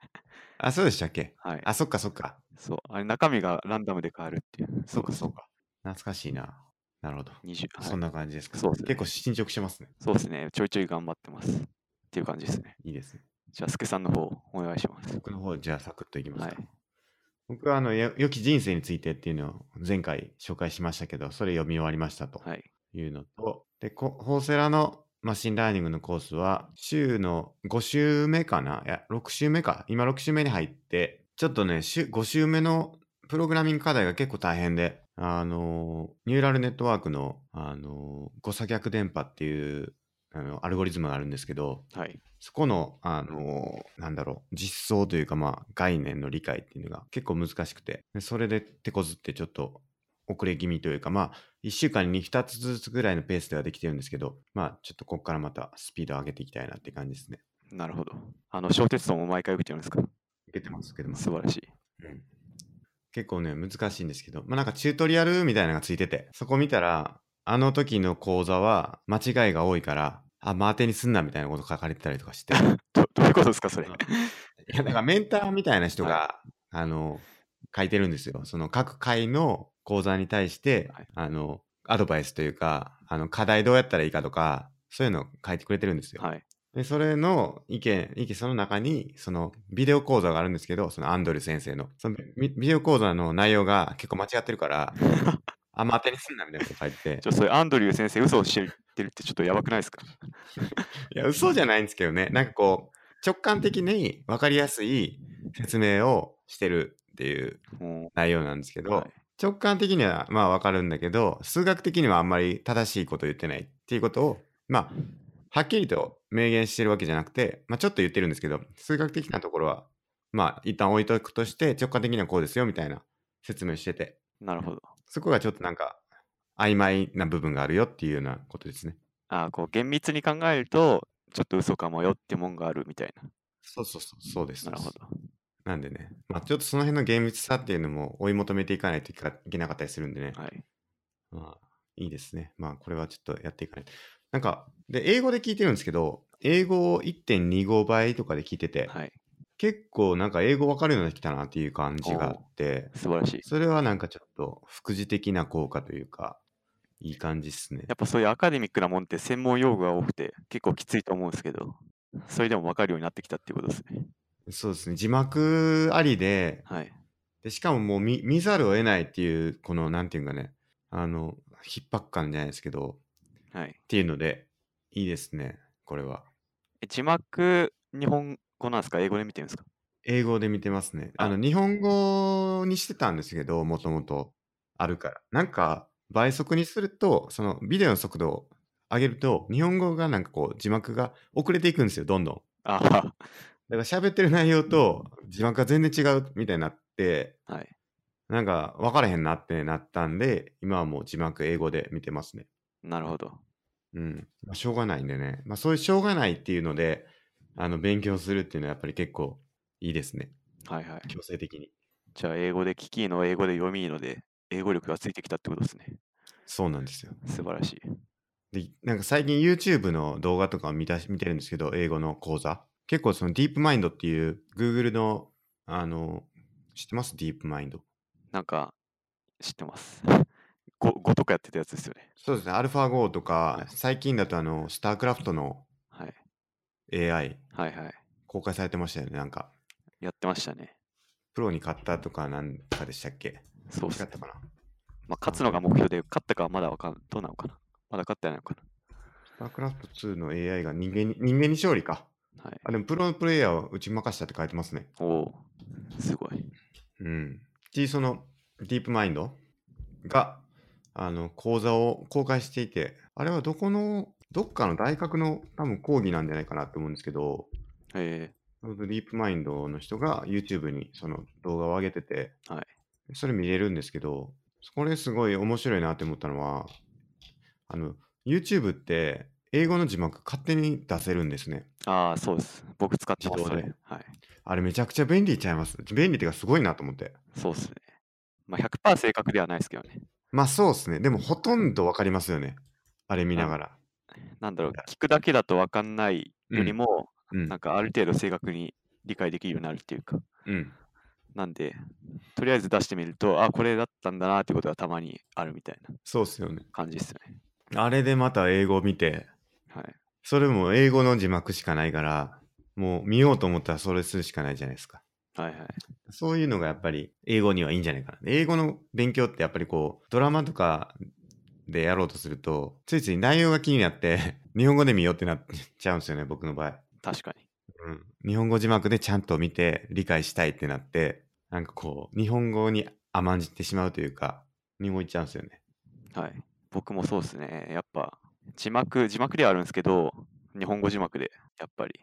あ、そうでしたっけ
はい。
あ、そっかそっか。
そう。あれ、中身がランダムで変わるっていう。
そうかそうか。懐かしいな。なるほど。
20、はい
そんな感じですか。
そうですね
結構進捗してますね。
そうですね。ちょいちょい頑張ってます。っていう感じですね。
いいですね。
じゃあ、スケさんの方、お願いします。
僕の方、じゃあサクッといきます
はい
か。。僕は、あの、よ良き人生についてっていうのを前回紹介しましたけど、それ読み終わりましたと。
はい。
いうのと、で、こホーセラのマシンラーニングのコースは、週の5週目かないや、6週目か。今6週目に入って、ちょっとね、週5週目のプログラミング課題が結構大変で、あのー、ニューラルネットワークの、あのー誤差逆電波っていう、あの、アルゴリズムがあるんですけど、
はい。
そこの、あのーなんだろう、実装というか、まあ、概念の理解っていうのが結構難しくて、でそれで手こずってちょっと遅れ気味というか、まあ、1週間に2つずつぐらいのペースではできてるんですけど、まあ、ちょっとここからまたスピードを上げていきたいなって感じですね。
なるほど。あの、小鉄道も毎回受けてるんですか
受けてます、受けてます。
素晴らしい。
うん結構ね、難しいんですけど、まあ、なんかチュートリアルみたいなのがついてて、そこ見たら、あの時の講座は間違いが多いから、あ、まあ、当てにすんなみたいなこと書かれてたりとかして。
ど どういうことですか、それ。
うん いや、だからメンターみたいな人が、あの、書いてるんですよ。その各回の講座に対して、
はい
あの、アドバイスというか、あの、課題どうやったらいいかとか、そういうのを書いてくれてるんですよ。
はい。
で、それの意見、意見、その中に、その、ビデオ講座があるんですけど、そのアンドリュー先生の。そのビ、ビデオ講座の内容が結構間違ってる から、あんま当てにすんなみたいなこと書いてて
ちょ、そ れ、アンドリュー先生、嘘を知ってるってちょっとやばくないですか
いや、嘘じゃないんですけどね。なんかこう、直感的に分かりやすい説明をしてるっていう
も
内容なんですけ
う、
ど、
はい
直感的にはまあわかるんだけど数学的にはあんまり正しいこと言ってないっていうことをまあはっきりと明言してるわけじゃなくて、まあ、ちょっと言ってるんですけど、数学的なところは、まあ、一旦置いとくとして、直感的にはこうですよみたいな説明してて、
なるほど。
そこがちょっとなんか、曖昧な部分があるよっていうようなことですね。
ああ、こう厳密に考えると、ちょっと嘘かもよってもんがあるみたいな。
そうそうそう、そうです。
なるほど。
なんでね、まあ、ちょっとその辺の厳密さっていうのも追い求めていかないといかいけなかったりするんでね、
はい。
まあ、いいですね。まあ、これはちょっとやっていかないと。なんか、で、英語で聞いてるんですけど、英語を1.25倍とかで聞いてて、
はい。
結構なんか英語わかるようになってきたなっていう感じがあって、
素晴らしい。
それはなんかちょっと副次的な効果というか、いい感じっすね
や。っぱそういうアカデミックなもんって専門用語が多くて結構きついと思うんですけど、それでも分かるようになってきたっていうことですね。
そうですね。字幕ありで、
はい。
でしかももう見見ざるを得ないっていう、このなんていうかね、あの、逼迫感じゃないですけど、
はい。
っていうので、いいですね、これは。
え字幕、日本語なんですか英語で見てるんですか
英語で見てますね。あ
あ
の、日本語にしてたんですけど、もともとあるから。なんか、倍速にすると、そのビデオの速度を上げると、日本語がなんかこう、字幕が遅れていくんですよ、どんどん。
あ
だから喋ってる内容と字幕が全然違うみたいになって、
あ、はい。
なんか分からへんなってなったんで、今はもう字幕英語で見てますね。
なるほど。
うん。まあ、しょうがないんでね。まあそういうしょうがないっていうので、あの、勉強するっていうのはやっぱり結構いいですね。
はいはい。
強制的に。
じゃあ、英語で聞きいいの、英語で読みいいので、英語力がついてきたってことですね。
そうなんですよ。
素晴らしい。
で、なんか最近 YouTube の動画とかを見たし見てるんですけど、英語の講座。結構その DeepMind っていう Google の、あの、知ってます ?DeepMind。
なんか、知ってます。 語語とかやってたやつですよね。
そうですね、AlphaGo と
は
か
い、
最近だとあの、スタークラフトの
はい。
AI
はいはい。
公開されてましたよね、なんか。
やってましたね。
プロに勝ったとかなんかでしたっけ
そうっす
違っ
ね。
たかな
まあ、勝つのが目標で、勝ったかはまだわかん、どうなのかなまだ勝ってないのか
スタークラフト2の AI が人間に人間に勝利か。
なはい。
あ、でもプロのプレイヤーを打ち負かしたって書いてますね。
おお、すごい。
うん。で、そのディープマインドが、あの、講座を公開していて、あれはどこの、どっかの大学の多分講義なんじゃないかなと思うんですけど、
え
ディープマインドの人が YouTube にその動画を上げてて、
はい
それ見れるんですけど、これすごい面白いなって思ったのは、あの、YouTube って英語の字幕勝手に出せるんですね。
ー、ああ、そうです。僕使ってます、
自
そ
動で
れ。はい。
あれめちゃくちゃ便利ちゃいます。便利っていうかすごいなと思って。
そうですね。まあ、100%正確ではないですけどね。
まあそうですね。でもほとんどわかりますよね。あれ見ながら。
なんだろう、聞くだけだと分かんないよりも、
うん
なんかある程度正確に理解できるようになるっていうか。
うん。
なんで、とりあえず出してみると、あ、これだったんだなってことがたまにあるみたいな
そうっすよね。
感じですね。
あれでまた英語を見て、
はい。
それも英語の字幕しかないから、もう見ようと思ったらそれするしかないじゃないですか。
はいはい。
そういうのがやっぱり英語にはいいんじゃないかな。英語の勉強ってやっぱりこう、ドラマとかでやろうとすると、ついつい内容が気になって、日本語で見ようってなっちゃうんですよね、僕の場合。
確かに。
うん。日本語字幕でちゃんと見て、理解したいってなって、なんかこう、日本語に甘んじてしまうというか、日本語いっちゃうんですよね。
はい。僕もそうですね。やっぱ、字幕、字幕ではあるんですけど、日本語字幕で、やっぱり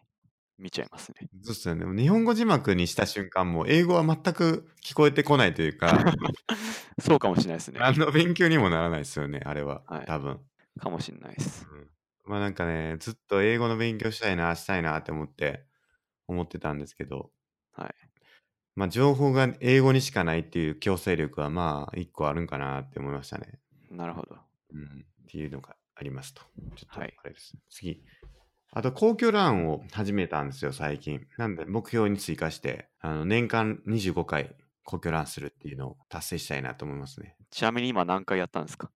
見ちゃいますね。
そうっすよね。日本語字幕にした瞬間、もう英語は全く聞こえてこないという か、
そうかもしれないですね。
何の勉強にもならないですよね、あれは。
はい
多分。
かもしれないです。
まあなんかね、ずっと英語の勉強したいな、したいなって思って、思ってたんですけど、
はい。
まあ情報が英語にしかないっていう強制力はまあ一個あるんかなって思いましたね。
なるほど。
うん。っていうのがありますと。ちょっとあ
はい
れです。次。あと、公共ランを始めたんですよ、最近。なんで、目標に追加して、あの、年間25回公共ランするっていうのを達成したいなと思いますね。
ちなみに今何回やったんですか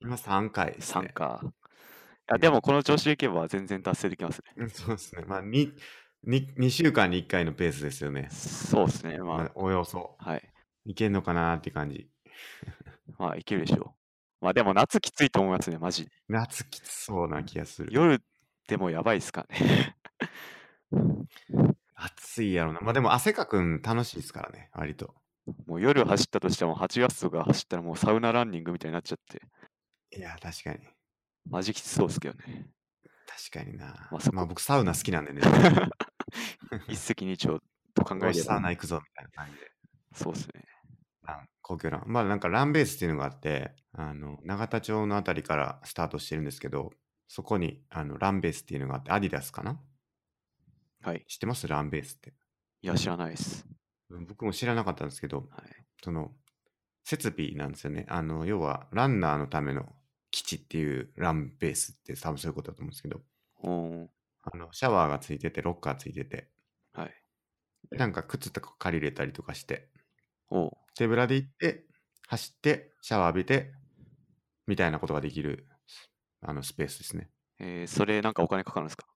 今3回ですね。
?3 か。いやでもこの調子でいけば全然達成できます
う
ね。
んそうですね。まあ、2、に2週間に1回のペースですよね。
そうですね。
ま
ま
あ、おおよそ。
あ、はい。
いけんのかなーって感じ。
まあ、いけるでしょう。まあ、でも夏きついと思いますね、マジで。
夏きつそうな気がする。
夜でもやばいっすからね。
暑いやろな。まあでも汗かくん楽しいですからね、割と。
もう夜走ったとしても8月とか走ったらもうサウナランニングみたいになっちゃって、
いや、確かに。
マジきつそうっすけどね。
確かにな。
ま
ま
あそ
あ、
こ
僕、サウナ好きなんでね。
一石二鳥と考
よ
え
し
れ
サウ
ば、
ナ行くぞみたいな感じで。
そうですね。
ラン皇居ラン。まあなんかランベースっていうのがあって、あの、永田町のあたりからスタートしてるんですけど、そこにあのランベースっていうのがあって、アディダスかな
はい。
知ってますランベースって。
いや、知らないです。
うん僕も知らなかったんですけど、
はい。
その、設備なんですよね。あの、要はランナーのための基地っていうランベースって多分そういうことだと思うんですけど、
おー
あの、シャワーがついてて、ロッカーついてて、
はい。
なんか靴とか借りれたりとかして、
おー
手ぶらで行って、走って、シャワー浴びて、みたいなことができる、あの、スペースですね。
えーそれなんかお金かかるんですか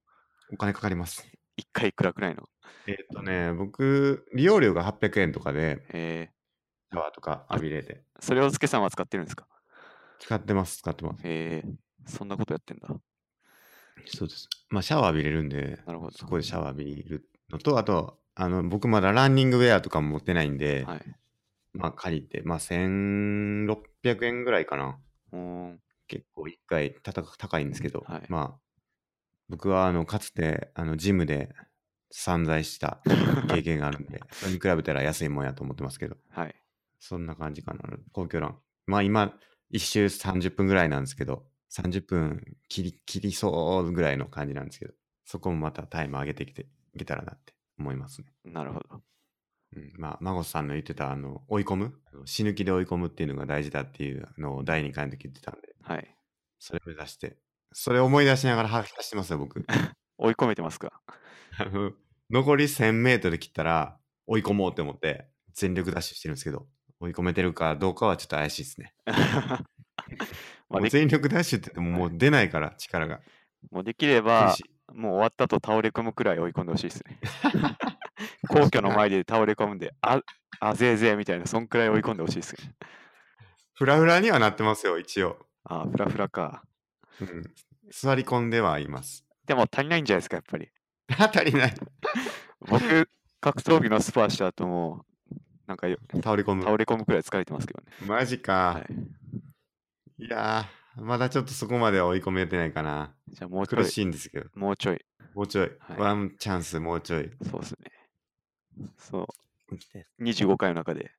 お金かかります。
一回いくらくらいの
えーっとね、僕、利用料が800円とかで、
え
シャワーとか浴びれて、
ーそれをつけさんは使ってるんですか
使ってます、使ってます。
えーそんなことやってんだ。
そうです。まあ、シャワー浴びれるんで、
なるほど。
そこでシャワー浴びるのと、あと、あの、僕まだランニングウェアとかも持ってないんで、
はい。
まあ、借りて、まあ、1600円ぐらいかな。
おー
結構一回高く高いんですけど、
はい
まあ僕はあのかつてあのジムで散財した経験があるん でそれに比べたら安いもんやと思ってますけど
はい。
そんな感じかな皇居ランまあ今一周30分ぐらいなんですけど30分切り切りそうぐらいの感じなんですけどそこもまたタイム上げてきていけたらなって思いますね、
なるほど。
うん、まあ孫さんの言ってたあの追い込むあの死ぬ気で追い込むっていうのが大事だっていうのを第2回の時言ってたんで
はい。
それ目指して。それ思い出しながら吐き出してますよ、 僕。
追い込めてますか
あの残り1000メートル切ったら追い込もうって思って全力ダッシュしてるんですけど、追い込めてるかどうかはちょっと怪しいですね。
まあ
もう
でき
全力ダッシュって言ってももう出ないから、力が。
もうできれ
苦
ば
し、い
もう終わった後倒れ込むくらい追い込んでほしいです ね。皇居の前で倒れ込んで、あ、あぜえぜえみたいな、そんくらい追い込んでほしいですね。
フラフラにはなってますよ、一応。
あー、フラフラか。
うん、座り込んではいます。
でも足りないんじゃないですか、やっぱり。
足りない。
僕、格闘技のスパーした後も、なんかよ
倒れ込む。
倒れ込むくらい疲れてますけどね。
マジか。
はい、
い、やー、まだちょっとそこまでは追い込めてないかな。
じゃあもうちょ
苦
い、
しいんですけど。
もうちょい。
もうちょい。
はい
ワンチャンス、もうちょい。
そうですね。そう、25回の中で、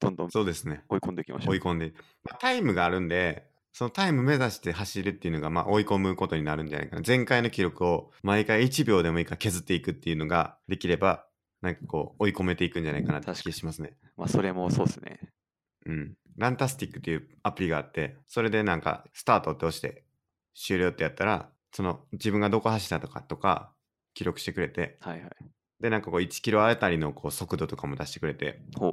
どんどん
そうですね。
追い込んでいきましょ。
追いう込んで、まあタイムがあるんでそのタイム目指して走るっていうのがまあ追い込むことになるんじゃないかな前回の記録を毎回1秒でもいいから削っていくっていうのができればなんかこう追い込めていくんじゃないかなって
確か
気
に
がしますね
まあ、それもそうですね。
うんランタスティックっていうアプリがあってそれでなんかスタートって押して終了ってやったらその自分がどこ走ったとかとか記録してくれて
はいはい。
でなんかこう1キロあたりのこう速度とかも出してくれて
ほう。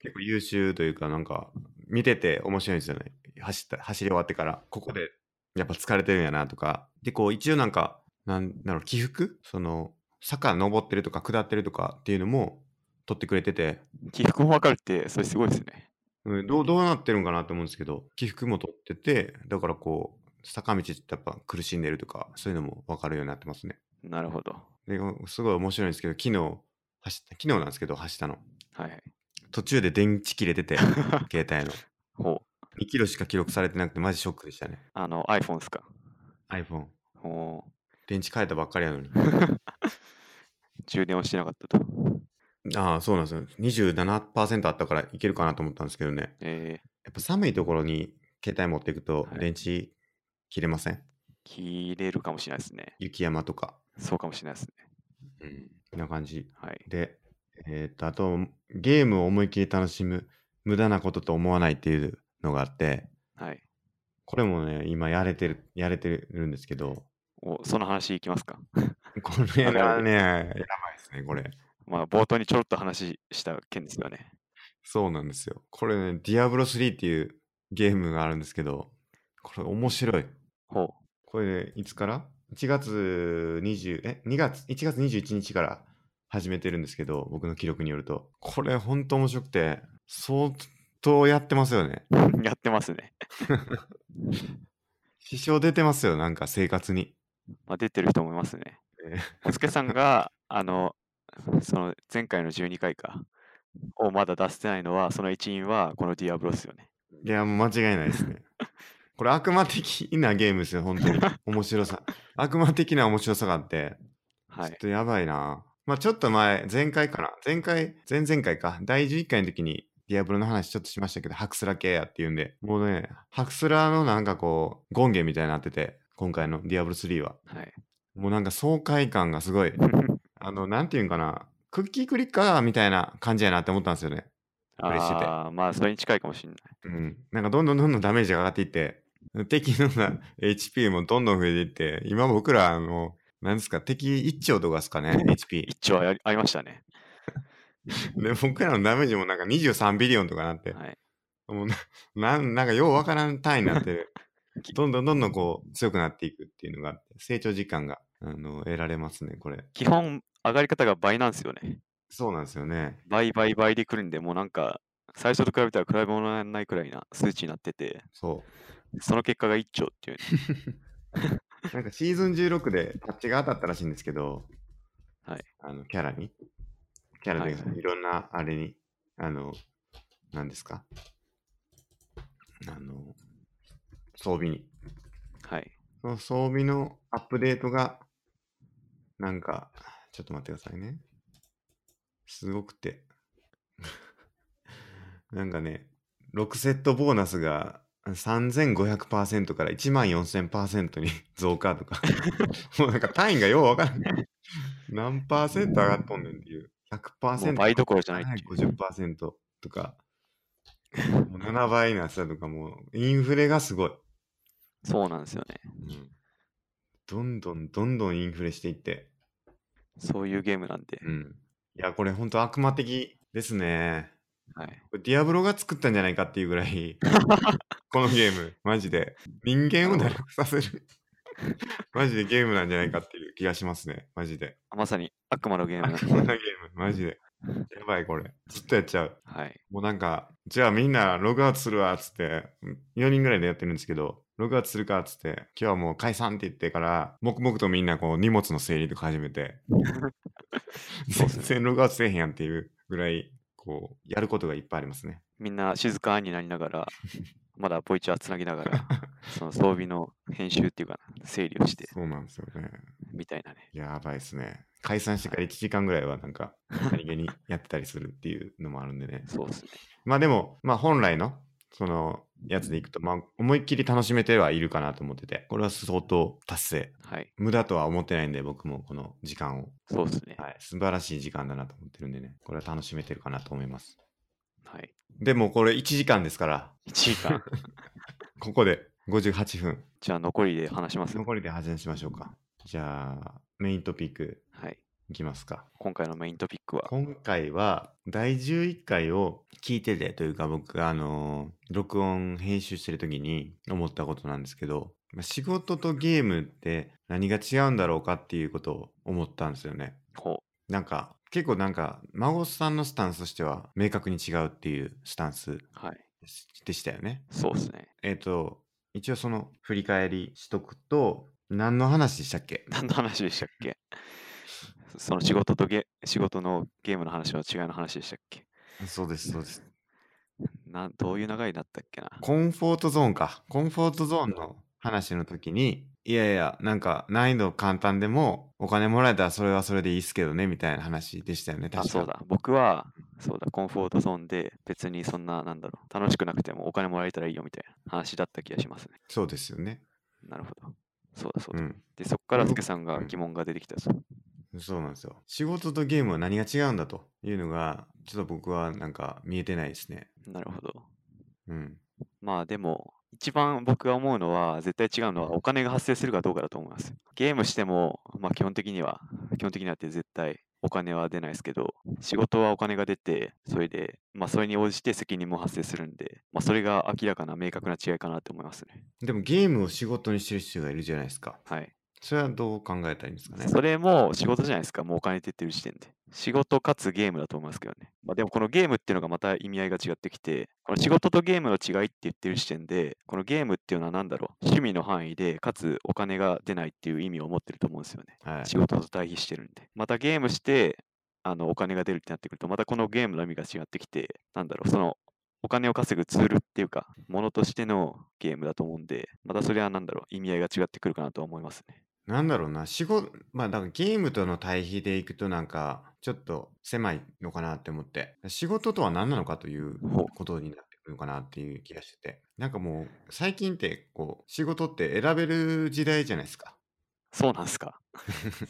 結構優秀というかなんか見てて面白いんですよね走った走り終わってからここでやっぱ疲れてるんやなとかでこう一応なんかなんだろう起伏その坂登ってるとか下ってるとかっていうのも取ってくれてて、
起伏もわかるって、それすごいですね。
うん、どうどうなってるんかなと思うんですけど起伏も取っててだからこう坂道ってやっぱ苦しんでるとかそういうのも分かるようになってますね
なるほど。
ですごい面白いんですけど昨日走った昨日なんですけど走ったの
はいはい。
途中で電池切れて て携帯の
ほう。
2キロしか記録されてなくてマジショックでしたね
あの、iPhone ですか。
iPhone
ほう。
電池変えたばっかりやの に
充電をしてなかったと。
ああそうなんですよ27%あったからいけるかなと思ったんですけどね
えー、
やっぱ寒いところに携帯持っていくと
はい
電池切れません、
切れるかもしれないですね。
雪山とか
そうかもしれないですね。
うんこんな感じ
はい。
でえーっとあとゲームを思いっきり楽しむ無駄なことと思わないっていうのがあって
はい。
これもね今やれてるやれてるんですけど
お、その話いきますか。
これがねやばいですねこれ
まあ、冒頭にちょろっと話した件ですよね。
そうなんですよ。これね、ディアブロ3っていうゲームがあるんですけど、これ面白い。
ほ
これ、ね、いつから ?1 月20、え、2月、1月21日から始めてるんですけど、僕の記録によると。これほんと面白くて、相当やってますよね。
う。 やってますね。
支障出てますよ、なんか生活に。
まあ、出てる人もいますね
え。
おつけさんが、あの、その前回の12回か、をまだ出してないのは、その一因はこのディアブロスよね。
いや、もう間違いないですね。これ悪魔的なゲームですよ、本当に。面白さ。悪魔的な面白さがあって、
は
ちょっ
い。
とやばいな。まあちょっと前、前回かな。前回、前々回か。第11回の時に、ディアブロの話ちょっとしましたけど、ハクスラ系やっていうんで、もうね、ハクスラのなんかこう、ゴンゲみたいになってて、今回のディアブロ3は。
はい。
もうなんか爽快感がすごい。あの、なんていうんかな。クッキークリッカーみたいな感じやなって思ったんですよね。嬉しいで
ああ、まあ、それに近いかもしれない。
うん。なんかどんどんどんどんダメージが上がっていって、敵のな HP もどんどん増えていって、今僕ら、あの、なんですか、敵1兆とかですかね、HP。
一丁ありありましたね。
で、僕らのダメージもなんか23ビリオンとかなって、
はい。
もうななん、なんかようわからん単位になって る。どんどんどんどんこう強くなっていくっていうのがあって、成長時間が、あの、得られますね、これ。
基本、上がり方が倍なんですよね。
そうなんですよね。
倍、倍、倍で来るんで、もうなんか、最初と比べたら比べ物にならないくらいな数値になってて、
そ
その結果が一丁っていう、ね。
う。なんかシーズン16でタッチが当たったらしいんですけど、
はい。
あの、キャラに。キャラというか、、
はい
ろんな、あれに、あの、なんですかあの、装備に。
はい。
その装備のアップデートが、なんか、ちょっと待ってくださいね。すごくて。 なんかね、6セットボーナスが3500%から14000%に 増加 とか。もうなんか単位がようわからんない。何パーセント上がっとんねんっていう。
もう
100%。
倍どころじゃないっていう。
50%とか、もう7倍になってたとか、もうインフレがすごい。
そうなんですよね。
うんどんどんどんどんインフレしていって。
そういうゲームなんで。
うん。いや、これほんと悪魔的ですね。
はい。
これディアブロが作ったんじゃないかっていうぐら い、このゲーム、マジで。人間を堕落させる。マジでゲームなんじゃないかっていう気がしますね。マジで。
まさに悪魔のゲームなん
悪
で
魔なゲーム、マジで。やばい、これ。ずっとやっちゃう。
はい。
もうなんか、じゃあみんなログアウトするわっつって、4人ぐらいでやってるんですけど、ログアウトするかっつって、今日はもう解散って言ってから、黙々とみんなこう荷物の整理とか始めて、
そ
全
うっすね
然ログアウトせえへんやんっていうぐらい、こう、やることがいっぱいありますね。
みんな静かになりながら、まだボイチャーつなぎな がら、その装備の編集っていうかな、整理をして、
そうなんですよね。
みたいなね。
やばいですね。解散してから1時間ぐらいはなんか、何気にやってたりするっていうのもあるんでね。
そうですね。
まあでも、まあ本来の、その、やつでいくと、まあ思いっきり楽しめてはいるかなと思ってて、これは相当達成
はい。
無駄とは思ってないんで、僕もこの時間を、
そうですね。
はい、素晴らしい時間だなと思ってるんでね、これは楽しめてるかなと思います。
はい。
でもこれ1時間ですから、
1位 か。
ここで58分、
じゃあ残りで話します。
残りで発言しましょうか。じゃあ、メイントピック
はい。
いきますか。
今回のメイントピックは、
今回は第11回を聞いててというか僕があのー録音編集してる時に思ったことなんですけどまあ仕事とゲームって何が違うんだろうかっていうことを思ったんですよね。
ほ
なんか結構なんか孫さんのスタンスとしては明確に違うっていうスタンス
う。はい。
でしたよね。
そうですね。
えっ、と一応その振り返りしとくと何の話でしたっけ
何の話でしたっけその仕事とゲ、仕事のゲームの話の違いの話でしたっけ
そうですそうです。
なんどういう流れだったっけな
コンフォートゾーンか。コンフォートゾーンの話の時に、いやいや、なんか難易度簡単でもお金もらえたらそれはそれでいいっすけどね、みたいな話でしたよね、確か
あそうだ、僕は、そうだ、コンフォートゾーンで、別にそんな、なんだろう、楽しくなくてもお金もらえたらいいよみたいな話だった気がしますね。
そうですよね。
なるほど。そうだ、そう
う
だ。
ん。
で、そこから、
僕
スケさんが
うん
疑問が出てきたぞ。
そうなんですよ。仕事とゲームは何が違うんだというのが、ちょっと僕はなんか見えてないですね。
なるほど。
うん。
まあ、でも、一番僕が思うのは、絶対違うのは、お金が発生するかどうかだと思います。ゲームしても、まあ、基本的には、基本的にはって絶対、お金は出ないですけど、仕事はお金が出て、それで、まあ、それに応じて責任も発生するんで、まあ、それが明らかな、明確な違いかなと思いますね。
でもゲームを仕事にしてる人がいるじゃないですか。
はい。
それはどう考えたらいいんですかね。
それも仕事じゃないですか、もうお金出てる時点で。仕事かつゲームだと思いますけどね。まあ、でもこのゲームっていうのがまた意味合いが違ってきて、この仕事とゲームの違いって言ってる時点で、このゲームっていうのは何だろう、趣味の範囲で、かつお金が出ないっていう意味を持ってると思うんですよね。
はい
仕。事と対比してるんで。またゲームして、あのお金が出るってなってくると、またこのゲームの意味が違ってきて、なんだろう、そのお金を稼ぐツールっていうか、ものとしてのゲームだと思うんで、またそれは何だろう、意味合いが違ってくるかなとは思いますね。
なんだろうな、仕事、まあ、だからゲームとの対比でいくとなんか、ちょっと狭いのかなって思って、仕事とは何なのかという
ほう
ことになってくるのかなっていう気がしてて、なんかもう、最近って、こう、仕事って選べる時代じゃないですか。
そうなんすか。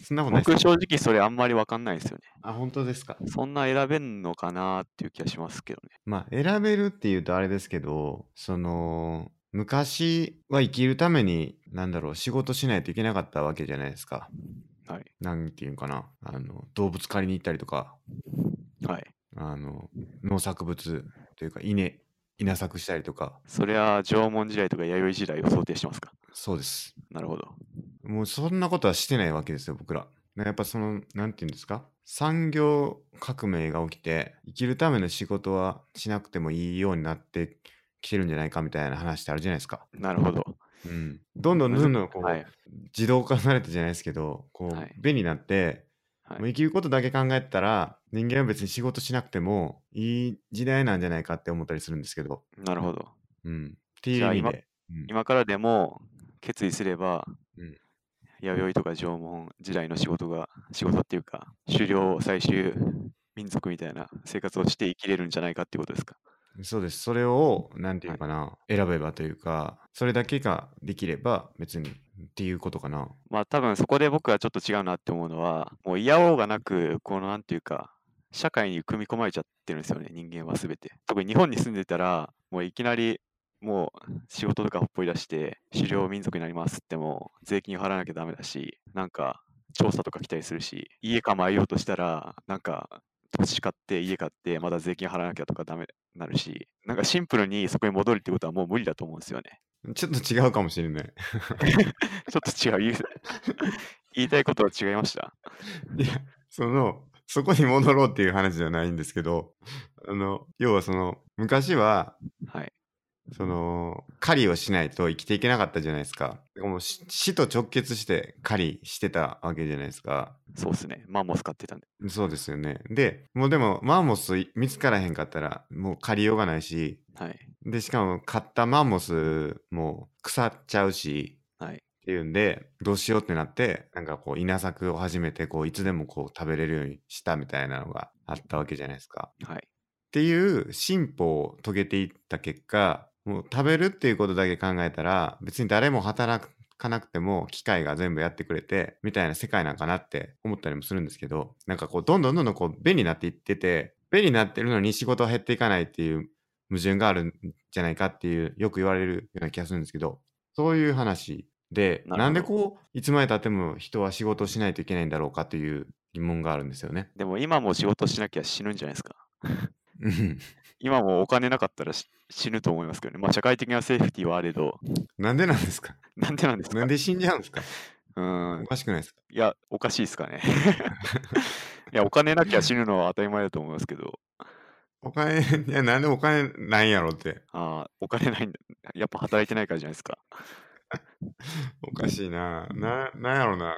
そんなことないで
僕
すか
正直それあんまりわかんないですよね。
あ、本当ですか。
そんな選べんのかなっていう気がしますけどね。
まあ、選べるっていうとあれですけど、その、昔は生きるために、なんだろう、仕事しないといけなかったわけじゃないですか。
はい。
なんていうんかな。あの、動物狩りに行ったりとか、
はい。
あの、農作物というか稲、稲作したりとか、
それは縄文時代とか弥生時代を想定してますか。
そうです。
なるほど。
もうそんなことはしてないわけですよ、僕ら。だからやっぱその、なんていうんですか産業革命が起きて、生きるための仕事はしなくてもいいようになってきてるんじゃないかみたいな話ってあるじゃないですか。
なるほど。
うん。どんどんどんどんこう、
はい。
自動化されてじゃないですけど、こう、
はい
便利になって、
はい
もう生きることだけ考えてたら、人間は別に仕事しなくてもいい時代なんじゃないかって思ったりするんですけど、
なるほど。
うん。っていう
じゃあ
意味
今
で。うん
今からでも決意すれば、
うん
弥生とか縄文時代の仕事が仕事っていうか狩猟採集民族みたいな生活をして生きれるんじゃないかっていうことですか
そうです。それを、なんていう
はい
かな、選べばというか、それだけができれば別にっていうことかな。
まあ多分そこで僕はちょっと違うなって思うのはもう嫌おうがなくこのなんていうか社会に組み込まれちゃってるんですよね人間は全て特に日本に住んでたらもういきなりもう仕事とかほっぽり出して狩猟民族になりますってもう税金払わなきゃダメだしなんか調査とか来たりするし家構えようとしたらなんか土地買って家買ってまだ税金払わなきゃとかダメなるしなんかシンプルにそこに戻るってことはもう無理だと思うんですよね
ちょっと違うかもしれ ない。
ちょっと違う言 い言いたいことは違いました
いや、その、そこに戻ろうっていう話じゃないんですけど、あの、要はその、昔は、
はい。
その、狩りをしないと生きていけなかったじゃないですか。もうし死と直結して狩りしてたわけじゃないですか。
そうですね。マンモス買ってたんで。
そうですよね。で、もうでも、マンモス見つからへんかったら、もう狩りようがないし、
はい。
で、しかも買ったマンモスも腐っちゃうし、
はい
っていうんで、どうしようってなって、なんかこう稲作を始めて、こういつでもこう食べれるようにしたみたいなのがあったわけじゃないですか。っ
はい。
ていう進歩を遂げていった結果、もう食べるっていうことだけ考えたら、別に誰も働かなくても機械が全部やってくれて、みたいな世界なんかなって思ったりもするんですけど、なんかこうどんどんどんどんこう便利になっていってて、便利になってるのに仕事は減っていかないっていう矛盾があるんじゃないかっていうよく言われるような気がするんですけどそういう話で
な
な
るほど
んでこういつまでたっても人は仕事をしないといけないんだろうかという疑問があるんですよね。
でも今も仕事しなきゃ死ぬんじゃないですか。
うん
今もお金なかったらし死ぬと思いますけどね。まあ社会的なセーフティーはあれど、
なんでなんですか
なんでなんですか
なんで死んじゃうんですか
うー
お
ん。
かしくないですか
いや、おかしいですかね。 いや、お金なきゃ死ぬのは当たり前だと思いますけど、
お金、 いや、なんでお金ないんやろって。
ああ、お金ないんだ。やっぱ働いてないからじゃないですか。
おかしいな。な、なんやろな。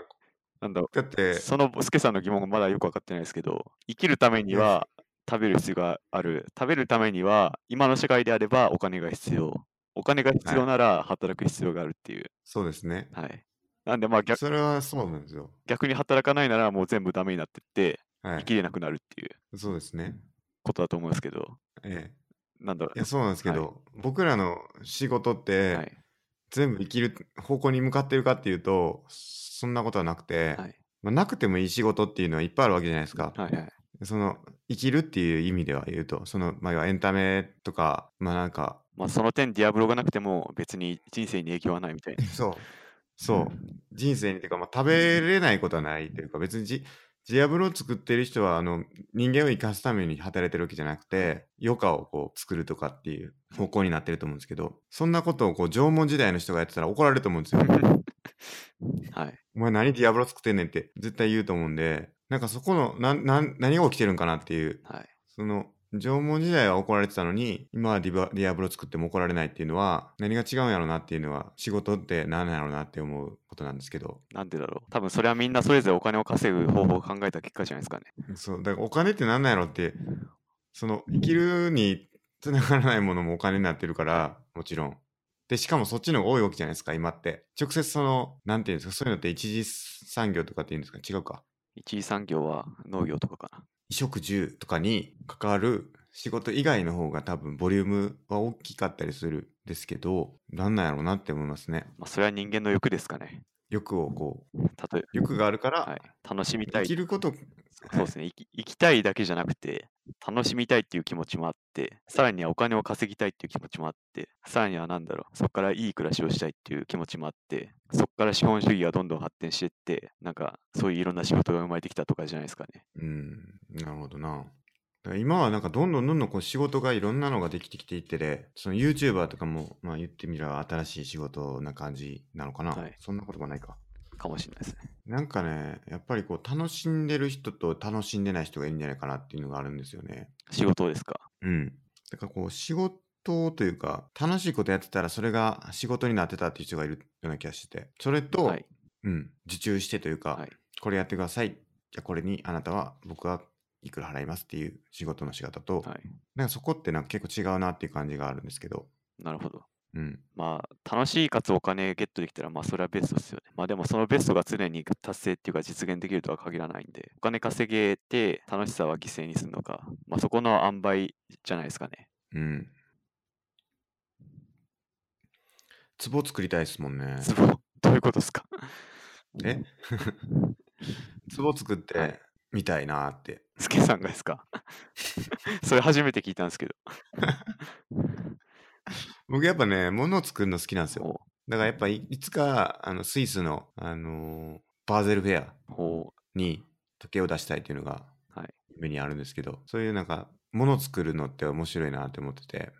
なんだろ
だって
う。、そのスケさんの疑問がまだよく分かってないですけど、生きるためには食べる必要がある。食べるためには、今の社会であればお金が必要。お金が必要なら働く必要があるっていう。
そうですね。
はい。なんでまあ逆
それはそうなんですよ。
逆に働かないならもう全部ダメになってって
は
生きれなくなるっていう
い。そうですね。
ことだと思うんですけど、
ええ。
なんだろ
いや、そうなんですけど、僕らの仕事っ
う。
て、
はい。
全部生きる方向に向かってるかっていうとそんなことはなくて、
はい。
まあ、なくてもいい仕事っていうのはいっぱいあるわけじゃないですか、
はいはい。
その生きるっていう意味では言うとその、まあ、要はエンタメとかまあなん か
まあその点ディアブロがなくても別に人生に影響はないみたいな。
そうそう人生にてか、まあ、食べれないことはないというか別にじジアブロを作ってる人はあの人間を生かすために働いてるわけじゃなくて余暇をこう作るとかっていう方向になってると思うんですけどそんなことをこう縄文時代の人がやってたら怒られると思うんです よ
はい。
お前何ディアブロ作ってんねんって絶対言うと思うんで、なんかそこの、なん、なん、何が起きてるんかなっていう、
はい。
その、縄文時代は怒られてたのに、今はディバディアブロ作っても怒られないっていうのは、何が違うんやろうなっていうのは、仕事って何なんやろうなって思うことなんですけど、
なんでだろう。多分それはみんなそれぞれお金を稼ぐ方法を考えた結果じゃないですかね。
そう、だからお金って何なんやろうって、その、生きるにつながらないものもお金になってるから、もちろん。で、しかもそっちの方が多いわけじゃないですか、今って。直接その、なんていうんですか、そういうのって一次産業とかって言うんですか、違うか。
一次産業は農業とかかな。
衣食住とかに関わる仕事以外の方が多分ボリュームは大きかったりするんですけど、なんなんやろうなって思いますね。
まあ、それは人間の欲ですかね。
欲をこう、
例え
欲があるから、
ば、はい、楽しみた
生
い
き。ること、
そうですね生き。生きたいだけじゃなくて、楽しみたいっていう気持ちもあって、さらにはお金を稼ぎたいっていう気持ちもあって、さらには何だろう、そこからいい暮らしをしたいっていう気持ちもあって、そこから資本主義がどんどん発展していって、なんかそういういろんな仕事が生まれてきたとかじゃないですかね。
うん、なるほどな。だから今はなんかどんどんどんどんこう仕事がいろんなのができてきていってで、その YouTuber とかも、まあ言ってみれば新しい仕事な感じなのかな。
はい
そんなこともないか。
かもしれないですね。
なんかね、やっぱりこう楽しんでる人と楽しんでない人がいるんじゃないかなっていうのがあるんですよね。
仕事ですか。
うん。だからこう仕事というか、楽しいことやってたらそれが仕事になってたっていう人がいるような気がしてて、それと、
はい。
うん、受注してというか、
はい
これやってください。じゃあこれにあなたは僕はいくら払いますっていう仕事の仕方と、
はい。
なんかそこってなんか結構違うなっていう感じがあるんですけど、
なるほど。
うん、
まあ、楽しいかつお金ゲットできたら、まあ、それはベストですよね。まあ、でも、そのベストが常に達成っていうか、実現できるとは限らないんで、お金稼げて、楽しさは犠牲にするのか、まあ、そこの塩梅じゃないですかね。
うん。壺作りたいですもんね。
ツボ、どういうことですか
え 壺作っ
は
て
い
みたいなーって。
スケさんがですか それ初めて聞いたんですけど。
僕やっぱね、物を作るの好きなんですよ。
お
だからやっぱいいつか、あの、スイスの、あのーバーゼルフェア
お
に時計を出したいっていうのが
はい
夢にあるんですけど、そういうなんか物を作るのって面白いなって思ってて、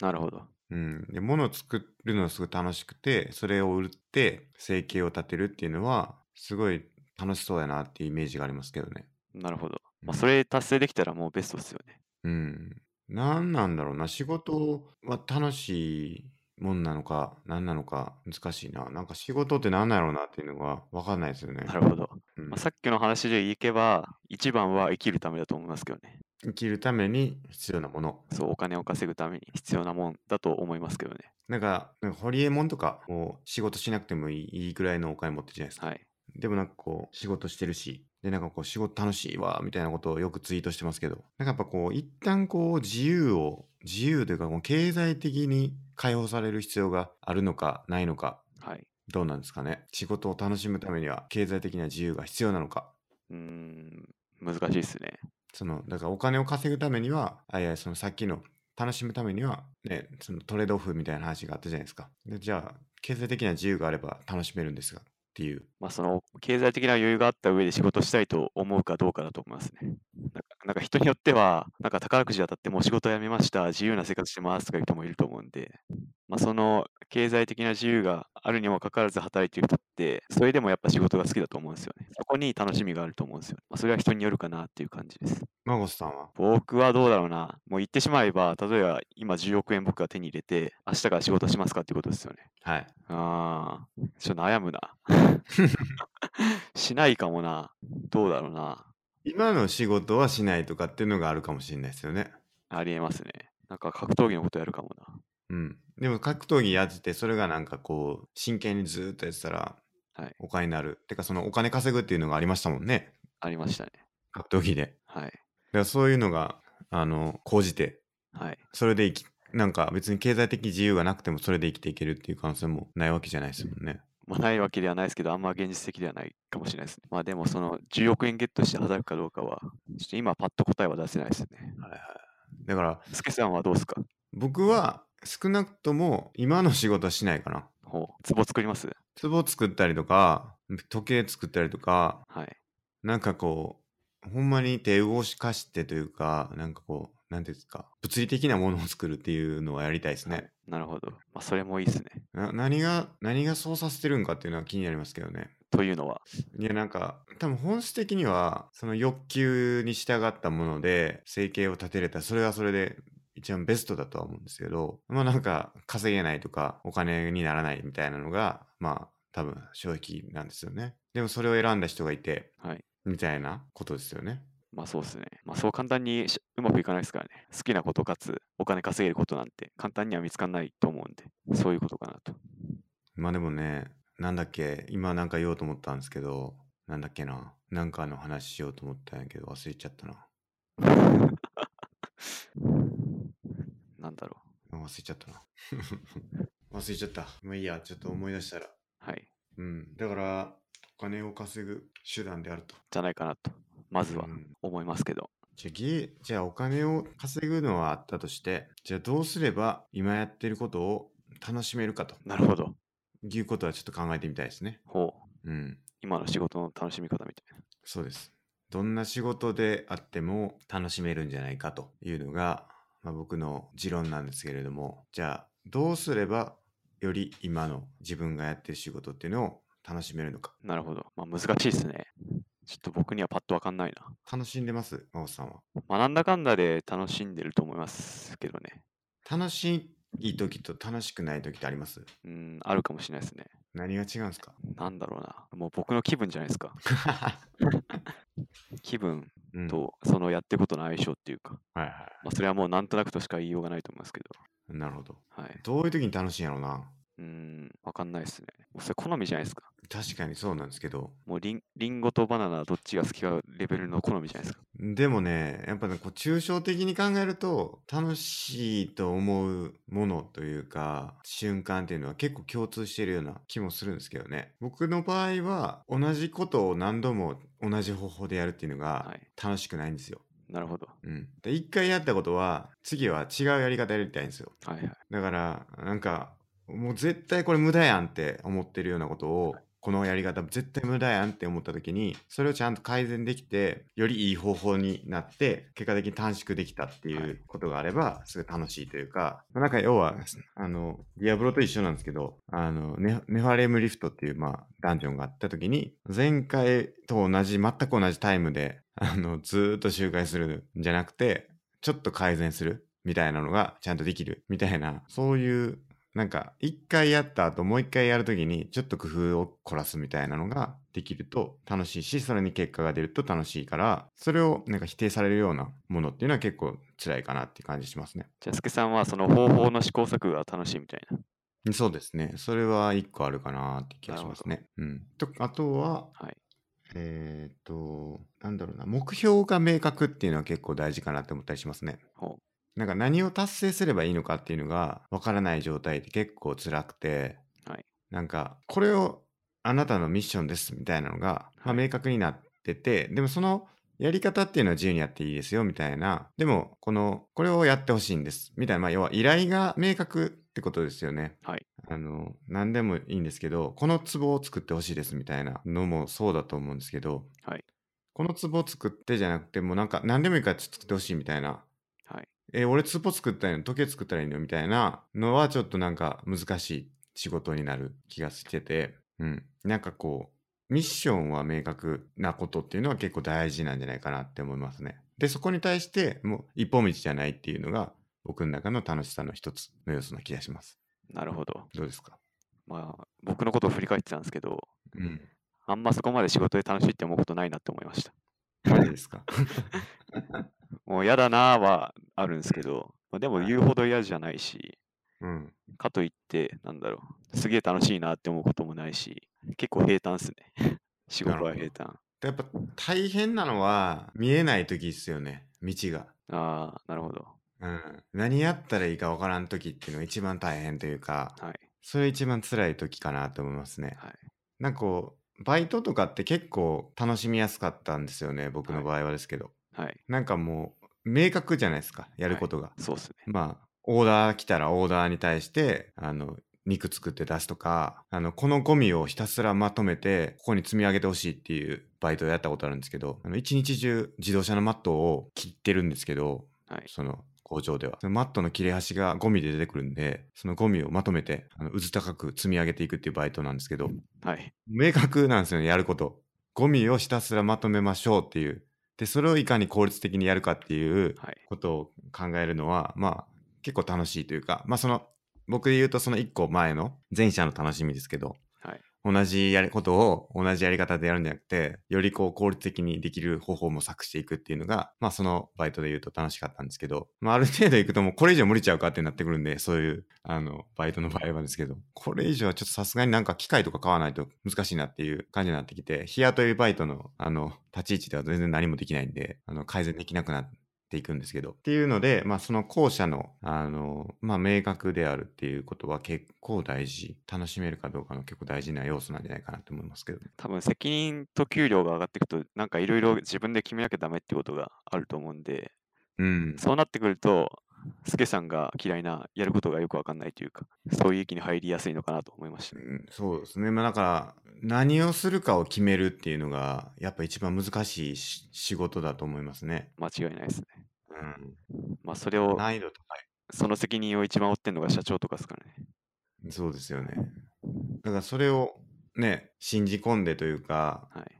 なるほど。
うん、で物を作るのがすごい楽しくてそれを売って生計を立てるっていうのはすごい楽しそうやなっていうイメージがありますけどね。
なるほど。
う
まあ、
ん
それ達成できたらもうベストですよね。
うん。何なんだろうな。仕事は楽しいもんなのか、何なのか難しいな。なんか仕事って何なんやろうなっていうのが分かんないですよね。
なるほど。
うん
まあ、さっきの話でいけば、一番は生きるためだと思いますけどね。
生きるために必要なもの。
そう、お金を稼ぐために必要なもんだと思いますけどね。
なんか、なんかホリエモンとか、もう仕事しなくてもいいいいぐらいのお金持ってるじゃないですか。
はい。
でもなんかこう、仕事してるし、でなんかこう、仕事楽しいわ、みたいなことをよくツイートしてますけど、なんかやっぱこう、一旦こう、自由を、自由というか、もう経済的に解放される必要があるのか、ないのか、
はい。
どうなんですかね。仕事を楽しむためには、経済的な自由が必要なのか。
うーん、難しいですね。
その、だからお金を稼ぐためには、あ、いや、そのさっきの、楽しむためには、ね、そのトレードオフみたいな話があったじゃないですか。でじゃあ、経済的な自由があれば楽しめるんですが、っていう。
まあ、その経済的な余裕があった上で仕事したいと思うかどうかだと思いますね。なんかなんか人によっては、なんか宝くじ当たってもう仕事辞めました、自由な生活してますとかいう人もいると思うんで、まあ、その経済的な自由があるにもかかわらず働いてる人って、それでもやっぱ仕事が好きだと思うんですよね。そこに楽しみがあると思うんですよ、まあ、それは人によるかなっていう感じです。
マゴスさんは
僕はどうだろうな。もう言ってしまえば、例えば今10億円僕が手に入れて、明日から仕事しますかっていうことですよね。
はい。
ああ、ちょっと悩 むな。しないかもな。どうだろうな。
今の仕事はしないとかっていうのがあるかもしれないですよね。
ありえますね。なんか格闘技のことやるかもな。
うん。でも格闘技やってて、それがなんかこう、真剣にずーっとやってたら、
はい
お金になる。てか、そのお金稼ぐっていうのがありましたもんね。
ありましたね。
格闘技で。だ
はい。
からそういうのが、あの、講じて、
はい。
それで生き、なんか別に経済的自由がなくてもそれで生きていけるっていう可能性もないわけじゃないですもんね。
まあ、ないわけではないですけど、あんま現実的ではないかもしれないですね。まあでも、その10億円ゲットして働くかどうかは、ちょっと今パッと答えは出せないですね。
はいはい。だから、
スケさんはどうですか
僕は少なくとも今の仕事はしないかな。
ほう、ツボ作ります
壺作ったりとか、時計作ったりとか、
はい。
なんかこう、ほんまに手動かしてというか、なんかこう、なんていうんですか、物理的なものを作るっていうのはやりたいですね。
なるほど。まあ、それもいいですね。
な何が、何がそうさせてるんかっていうのは気になりますけどね。
というのは、
いや、なんか、多分本質的には、その欲求に従ったもので、生計を立てれたら、それはそれで、一番ベストだとは思うんですけど、まあなんか、稼げないとか、お金にならないみたいなのが、まあ、多分、正直なんですよね。でもそれを選んだ人がいて、
はい。
みたいなことですよね。
まあそうですね。まあそう簡単にしうまくいかないですからね。好きなことかつお金稼げることなんて簡単には見つかんないと思うんで、そういうことかなと。
まあでもね、なんだっけ、今なんか言おうと思ったんですけど、なんだっけな、なんかの話しようと思ったんやけど、忘れちゃったな。
なんだろ
あ忘れちゃったな。 忘れちゃった。まあいいや、ちょっと思い出したら。
う。はい。
うん。だから、お金を稼ぐ手段であると。
じゃないかなと。まずは
うん
思いますけど。
じゃあぎじゃあお金を稼ぐのはあったとして、じゃあどうすれば今やってることを楽しめるかと
なるほど。
いうことはちょっと考えてみたいですね。
ほう。
うん。
今の仕事の楽しみ方みたいな。
そうです。どんな仕事であっても楽しめるんじゃないかというのが、まあ、僕の持論なんですけれども、じゃあどうすればより今の自分がやってる仕事っていうのを楽しめるのか。
なるほど。まあ難しいですね。ちょっと僕にはパッとわかんないな。
楽しんでます真帆さんは。
まあなんだかんだで楽しんでると思いますけどね。
楽しい時と楽しくない時ってあります
うん、あるかもしれないですね。
何が違うん ですか
なんだろうな。もう僕の気分じゃないですか。気分
うん
とそのやってることの相性っていうか、
はいは
まあ、それはもうなんとなくとしか言いようがないと思いますけ
い。なるほど。
ど、はい。
どういう時に楽しいんやろうな。
うーん、わかんないですね。もうそれ好みじゃないですか。
確かにそうなんですけど。
もうリンリンゴとバナナどっちが好きかレベルの好みじゃないですか。
でもね、やっぱね、こう、抽象的に考えると、楽しいと思うものというか、瞬間っていうのは結構共通してるような気もするんですけどね。僕の場合は、同じことを何度も同じ方法でやるっていうの
は
が
い、
楽しくないんですよ。
なるほど。
うん。で、一回やったことは、次は違うやり方やりたいんですよ。
はいはい。
だから、なんか、もう絶対これ無駄やんって思ってるようなことを、このやり方絶対無駄やんって思った時に、それをちゃんと改善できて、よりいい方法になって、結果的に短縮できたってい
はいう
ことがあれば、すごい楽しいというか、なんか要は、あの、ディアブロと一緒なんですけど、あの、ネネファレムリフトっていう、まあ、ダンジョンがあった時に、前回と同じ、全く同じタイムで、あの、ずーっと周回するんじゃなくて、ちょっと改善するみたいなのがちゃんとできるみたいな、そういう、なんか、一回やった後、もう一回やるときに、ちょっと工夫を凝らすみたいなのができると楽しいし、それに結果が出ると楽しいから、それをなんか否定されるようなものっていうのは結構辛いかなって感じしますね。
じゃあ、すけさんはその方法の試行錯誤が楽しいみたいな。
そうですね。それは一個あるかなって気がしますね。うん。と、あとは、
はい。
えっ、と、なんだろうな、目標が明確っていうのは結構大事かなって思ったりしますね。
ほ
なんか何を達成すればいいのかっていうのがわからない状態って結構辛くて、
はい
なんかこれをあなたのミッションですみたいなのが、まあ
はい
明確になってて、でもそのやり方っていうのは自由にやっていいですよみたいな、でもこのこれをやってほしいんですみたいな、まあ要は依頼が明確ってことですよね。
はい
あの何でもいいんですけど、この壺を作ってほしいですみたいなのもそうだと思うんですけど、
はい
この壺を作ってじゃなくてもうなんか何でもいいから作ってほしいみたいな
はい。
えー俺ツポ作ったらいいの時計作ったらいいのみたいなのはちょっとなんか難しい仕事になる気がしてて、うん。なんかこう、ミッションは明確なことっていうのは結構大事なんじゃないかなって思いますね。で、そこに対してもう一歩道じゃないっていうのが僕の中の楽しさの一つの要素な気がします。
なるほど。
どうですか
まあ、僕のことを振り返ってたんですけど、
うん。
あんまそこまで仕事で楽しいって思うことないなって思いました。
マジですか
もう嫌だなーはあるんですけど、まあ、でも
はい
言うほど嫌じゃないし、
うん。
かといって、なんだろう、すげえ楽しいなって思うこともないし、結構平坦っすね。 仕
なる
事は
ほど
平坦。
やっぱ大変なのは見えない時ですよね。道が。
ああ、なるほど。
うん。何やったらいいかわからん時っていうのが一番大変というか、
はい。
それ一番辛い時かなと思いますね。
はい
なんかこう、バイトとかって結構楽しみやすかったんですよね、僕の場合はですけど。
はい。
なんかもう、明確じゃないですか、やることが。
そうっすね。
まあ、オーダー来たらオーダーに対して、あの、肉作って出すとか、あの、このゴミをひたすらまとめて、ここに積み上げてほしいっていうバイトをやったことあるんですけど、あの、一日中自動車のマットを切ってるんですけど、
はい
その工場では。そのマットの切れ端がゴミで出てくるんで、そのゴミをまとめて、あの、うず高く積み上げていくっていうバイトなんですけど、
はい。
明確なんですよね、やること。ゴミをひたすらまとめましょうっていう。で、それをいかに効率的にやるかっていう、
はい。
ことを考えるのは、まあ、結構楽しいというか、まあ、その、僕で言うとその一個前の前者の楽しみですけど、
はい
同じやりことを同じやり方でやるんじゃなくて、よりこう効率的にできる方法も作していくっていうのが、まあそのバイトで言うと楽しかったんですけど、まあある程度行くともうこれ以上無理ちゃうかってなってくるんで、そういう、あの、バイトの場合はですけど、これ以上はちょっとさすがになんか機械とか買わないと難しいなっていう感じになってきて、日雇いバイトの、あの、立ち位置では全然何もできないんで、あの、改善できなくなって、っていくんですけど。っていうので、まあその後者の、あの、まあ明確であるっていうことは結構大事。楽しめるかどうかの結構大事な要素なんじゃないかなと思いますけどね。
多分責任と給料が上がっていくと、なんかいろいろ自分で決めなきゃダメってことがあると思うんで、
うん。
そうなってくると、スケさんが嫌いな、やることがよくわかんないというか、そういう域に入りやすいのかなと思いました
う。んそうですね。まあだから、何をするかを決めるっていうのが、やっぱ一番難しいし仕事だと思いますね。
間違いないですね。
う
まあ、それ
ん。
を、
難易度高い。
その責任を一番負ってるのが社長とかですからね。
そうですよね。だからそれをね、信じ込んでというか、
はい。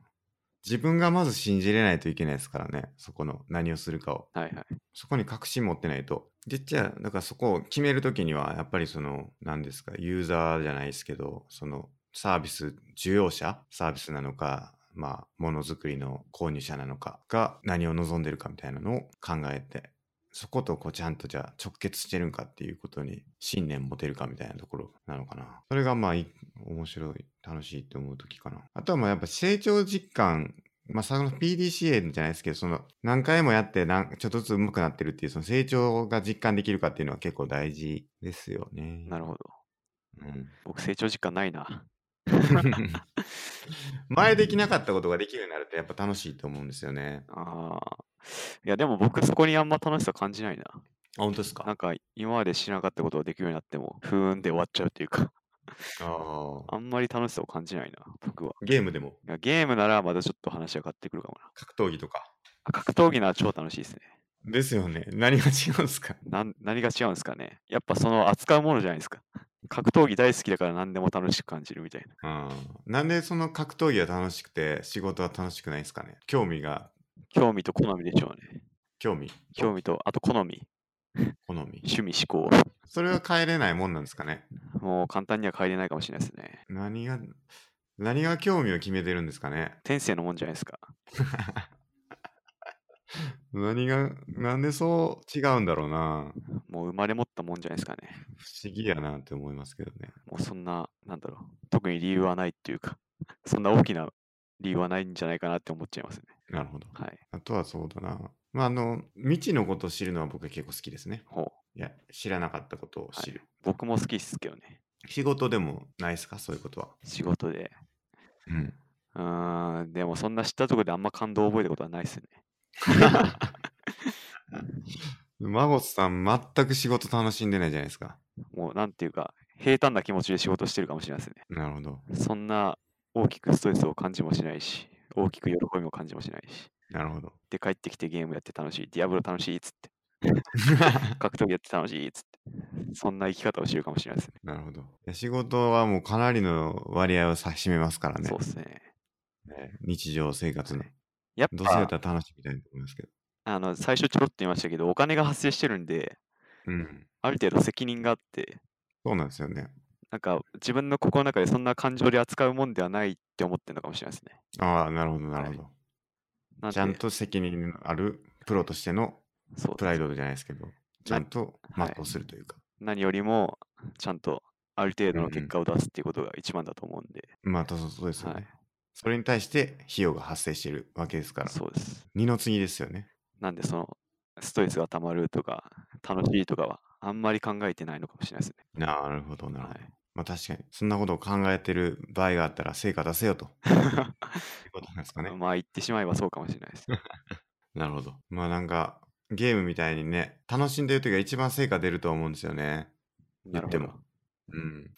自分がまず信じれないといけないですからね。そこの何をするかを。
はいはい。
そこに確信持ってないと。で、じゃあ、だからそこを決めるときには、やっぱりその、何ですか、ユーザーじゃないですけど、その、サービス、需要者サービスなのか、まあ、ものづくりの購入者なのかが何を望んでるかみたいなのを考えて、そことこうちゃんとじゃあ直結してるんかっていうことに信念持てるかみたいなところなのかな。それがまあい面白い、楽しいって思うときかな。あとはまあやっぱ成長実感まあ、その PDCA じゃないですけど、その何回もやってなんちょっとずつ上手くなってるっていう、その成長が実感できるかっていうのは結構大事ですよね。
なるほど。
うん、
僕、成長実感ないな。
前できなかったことができるようになるとやっぱ楽しいと思うんですよね。
ああ。いや、でも僕、そこにあんま楽しさ感じないな。
あ、本当ですか
なんか、今までしなかったことができるようになっても、ふーんで終わっちゃうっていうか、
ああ
あんまり楽しさを感じないな、僕は。
ゲームでも
いやゲームならまだちょっと話が変わってくるかもな。
格闘技とか。
あ格闘技なら超楽しいですね。
ですよね。何が違うんですか
なん何が違うんですかね。やっぱその扱うものじゃないですか。格闘技大好きだから何でも楽しく感じるみたいな。
うん。なんでその格闘技は楽しくて仕事は楽しくないんですかね興味が、
興味と好みでしょうね。
興味、
興味と、あと好み、
好み。
趣味、思考。
それは変えれないもんなんですかね
もう簡単には変えれないかもしれないですね。
何が、何が興味を決めてるんですかね
天性のもんじゃないですか。
何が、なんでそう違うんだろうな
もう生まれ持ったもんじゃないですかね。
不思議やなって思いますけどね。
もうそんな、なんだろう。特に理由はないっていうか、 そんな大きな理由はないんじゃないかなって思っちゃいますね。
なるほど。
はい。
あとはそうだな。まあ、あの、未知のことを知るのは僕は結構好きですね。
ほう。
いや、知らなかったことを知る。
僕も好きっすけどね。
仕事でもないですかそういうことは。
仕事で。
うん。
うーん、でもそんな知ったところであんま感動を覚えたことはないですね。
マゴスさん、全く仕事楽しんでないじゃないですか。
もうなんていうか、平坦な気持ちで仕事してるかもしれないですね。
なるほど。
そんな大きくストレスを感じもしないし、大きく喜びも感じもしないし。
なるほど。
で、帰ってきてゲームやって楽しい、ディアブロ楽しいっ つって、格闘技やって楽しいっつって、そんな生き方をしてるかもしれないですね。
なるほど。いや仕事はもうかなりの割合を差し占めますからね
そう。ですね。
日常生活の。
やっ
どうせやっ
ぱ、
たら楽しみたいと思いますけど。
あの、最初ちょろっと言いましたけど、お金が発生してるんで、
うん。
ある程度責任があって、
そうなんですよね。
なんか自分の心の中でそんな感情で扱うもんではないって思ってるのかもしれないですね。
ああ、なるほど、なるほど。
なん
ちゃん
で
と責任のあるプロとしての
そう
プライドじゃないですけど、ちゃんと
はい
全うするというか。
何よりもちゃんとある程度
うんう
の
ん
結果を出すっていうことが一番だと思うんで、
まあ、そうそうですよね、
はい、
それに対して費用が発生しているわけですから、
そうです。
二の次ですよね。
なんでそのストレスがたまるとか楽しいとかはあんまり考えてないのかもしれないですね。
なるほど、なるほ
は
ど。
い、
まあ、確かに、そんなことを考えてる場合があったら、成果出せよと。いうことなんですかね。
まあ言ってしまえばそうかもしれないです。
なるほど。まあ、なんか、ゲームみたいにね、楽しんでるときが一番成果出ると思うんですよね。
なる ほ
言
ど
って。うん。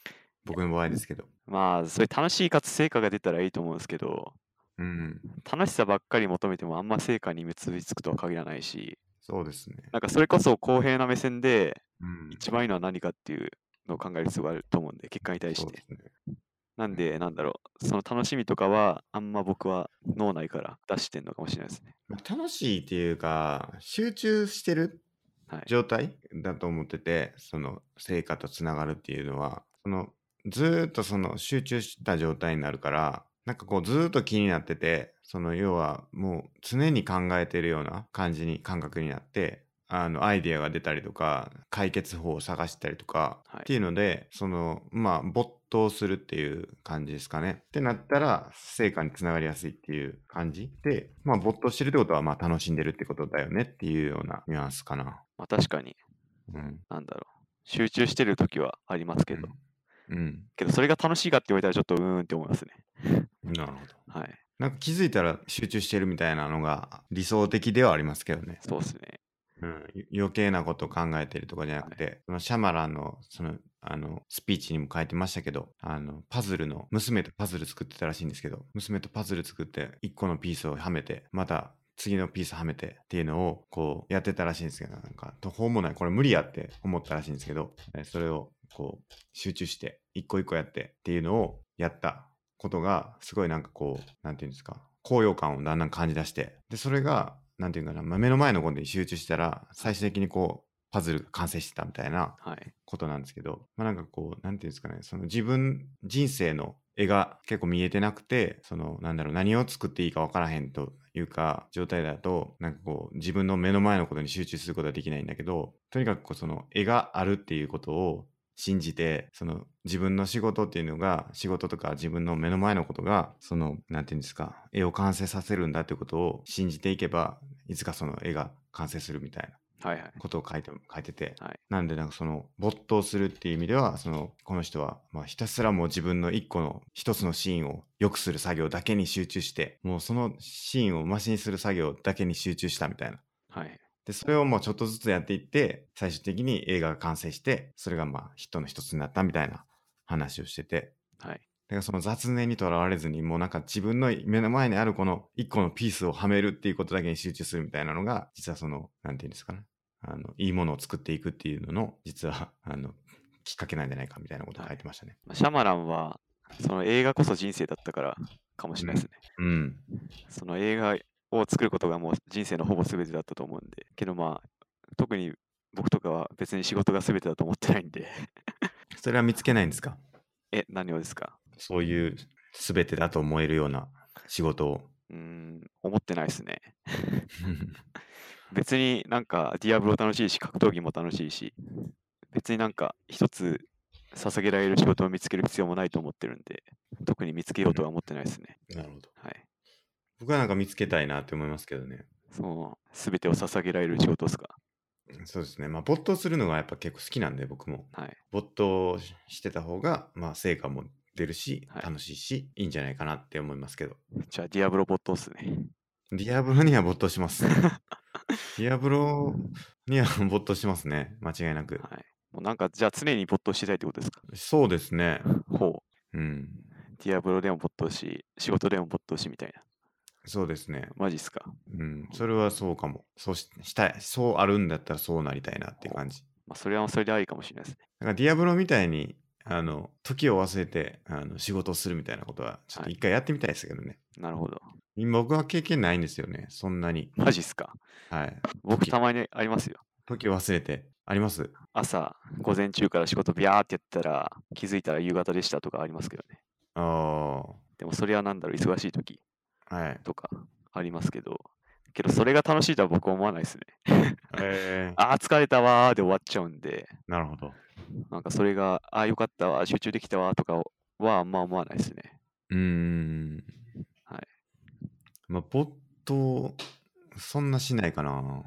僕の場合ですけど。
まあそういう楽しいかつ成果が出たらいいと思うんですけど、
うん。
楽しさばっかり求めてもあんま成果に結びつくとは限らないし、
そうですね。
なんかそれこそ公平な目線で
うん
一番いいのは何かっていうのを考える必要があると思うんで、結果に対し
そう
て
で。すね。
なんで、なんだろう、その楽しみとかは、あんま僕は脳内から出してんのかもしれないですね。
まあ楽しいっていうか、集中してる
はい。
状態だと思ってて、その成果とつながるっていうのは、そのずーっとその集中した状態になるから、なんかこうずーっと気になってて、その要はもう常に考えてるような感じに感覚になって、あのアイディアが出たりとか、解決法を探したりとか、
はい
っていうので、そのまあ没頭するっていう感じですかね。ってなったら成果につながりやすいっていう感じで、まあ没頭してるってことはまあ楽しんでるってことだよねっていうようなニュアンスかな。
まあ確かに、
うん。
なんだろう。集中してる時はありますけど、
うん。
けどそれが楽しいかって言われたらちょっとうーんって思いますね。
なるほど。
はい。
なんか気づいたら集中してるみたいなのが理想的ではありますけどね。
そうですね。
うん、余計なことを考えてるとかじゃなくて、そのシャマランのそのあのスピーチにも書いてましたけどあのパズルの娘とパズル作ってたらしいんですけど娘とパズル作って1個のピースをはめてまた次のピースはめてっていうのをこうやってたらしいんですけどなんか途方もないこれ無理やって思ったらしいんですけどえそれをこう集中して一個一個やってっていうのをやったことがすごいなんかこうなんていうんですか高揚感をだんだん感じ出してでそれがなんていうかな、まあ、目の前のことに集中したら最終的にこうパズルが完成してたみたいな
はい。
ことなんですけど、まあ、なんかこうなんていうんですかねその自分人生の絵が結構見えてなくてそのなんだろう何を作っていいか分からへんというか状態だとなんかこう自分の目の前のことに集中することはできないんだけどとにかくこうその絵があるっていうことを信じてその自分の仕事っていうのが仕事とか自分の目の前のことがそのなんていうんですか絵を完成させるんだっていうことを信じていけばいつかその絵が完成するみたいな
はいはい。
ことを書いて書いてて、
はい
なんでなんかその没頭するっていう意味ではそのこの人はまあひたすらもう自分の一個の一つのシーンを良くする作業だけに集中してもうそのシーンをマシにする作業だけに集中したみたいな
はい。
でそれをもうちょっとずつやっていって最終的に映画が完成してそれがまあヒットの一つになったみたいな話をしてて
はい。
だからその雑念にとらわれずにもうなんか自分の目の前にあるこの一個のピースをはめるっていうことだけに集中するみたいなのが実はそのなんていうんですかねあのいいものを作っていくっていうのの実は あのきっかけなんじゃないかみたいなこと書いてましたね。
まあシャマランは、その映画こそ人生だったからかもしれないですね。
うん。
その映画を作ることがもう人生のほぼ全てだったと思うんで、けどまあ、特に僕とかは別に仕事が全てだと思ってないんで、
それは見つけないんですか
え、何をですか
そういう全てだと思えるような仕事を。
うーん、思ってないですね。別になんか、ディアブロ楽しいし、格闘技も楽しいし、別になんか、一つ捧げられる仕事を見つける必要もないと思ってるんで、特に見つけようとは思ってないですね。
なるほど。
はい。
僕はなんか見つけたいなって思いますけどね。
その、全てを捧げられる仕事ですか。
そうですね。まあ没頭するのがやっぱ結構好きなんで僕も。
はい。
没頭ししてた方が、まあ、成果も出るし、
はい
楽しいし、いいんじゃないかなって思いますけど。
じゃあ、ディアブロボットっすね。
ディアブロには没頭します。 ディアブロには没頭しますね。間違いなく。
はい。もうなんか、じゃあ常に没頭してたいってことですか
そうですね。
ほう。
うん。
ディアブロでも没頭し、仕事でも没頭しみたいな。
そうですね。
マジっすか。
うん。それはそうかも。そうししたい。そうあるんだったらそうなりたいなっていう感じ。
まあ、それはそれでありかもしれないですね。
なんかディアブロみたいに、あの、時を忘れて、あの、仕事をするみたいなことは、ちょっと一回やってみたいですけどね。
なるほど。
今僕は経験ないんですよね。そんなに。
マジっすか。
はい。
僕、
時
たまにありますよ。
時を忘れて。あります
朝、午前中から仕事ビャーってやったら、気づいたら夕方でしたとかありますけどね。
あ
でも、それはなんだろう、忙しい時
あ、はい。
とかありますけど、けど、それが楽しいとは僕は思わないですね。
え
ああ、疲れたわーで終わっちゃうんで、
ー、なるほど。
なんかそれが、ああ、よかったわー、集中できたわーとかはあんま思わないですね。
うーん。
はい。
まあ、没頭、そんなしないかな。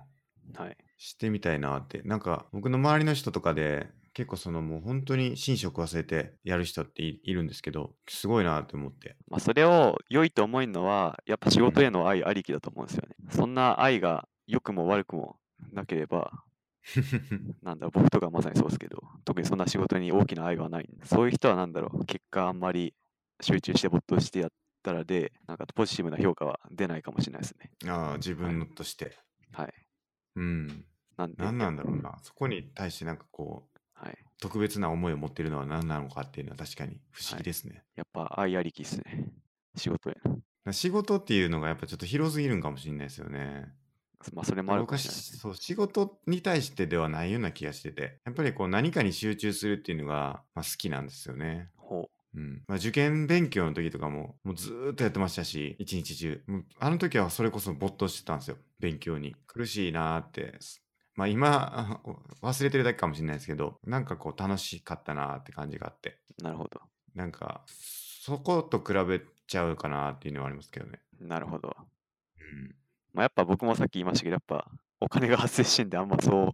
はい。
してみたいなって。なんか、僕の周りの人とかで、結構そのもう本当に寝食忘れてやる人っていいるんですけど、すごいなって思って。
まあ、それを良いと思えるのは、やっぱ仕事への愛ありきだと思うんですよね。そんな愛が良くも悪くもなければ、なんだろう、僕とかまさにそうですけど、特にそんな仕事に大きな愛はないんで。そういう人はなんだろう、結果あんまり集中して没頭してやったらで、なんかポジティブな評価は出ないかもしれないですね。
ああ、自分のとして。
はい。
うん。
なんで、
何なんだろうな。そこに対してなんかこう、
はい。
特別な思いを持ってるのは何なのかっていうのは確かに不思議ですね。
やっぱ愛ありきですね。仕事への。
な仕事っていうのがやっぱちょっと広すぎるんかもしれないですよね。
まあ、それもある
僕
か
は
もしれないです
しそう仕事に対してではないような気がしててやっぱりこう何かに集中するっていうのが、まあ、好きなんですよね
ほ
うんまあ、受験勉強の時とかももうずーっとやってましたし一日中もうあの時はそれこそ没頭してたんですよ勉強に苦しいなーってまあ今 あ忘れてるだけかもしれないですけどなんかこう楽しかったなーって感じがあって
なるほど。
なんかそこと比べちゃうかなーっていうのはありますけどね、
なるほど。
うん、
まあ、やっぱ僕もさっき言いましたけど、やっぱお金が発生してんで、あんまそ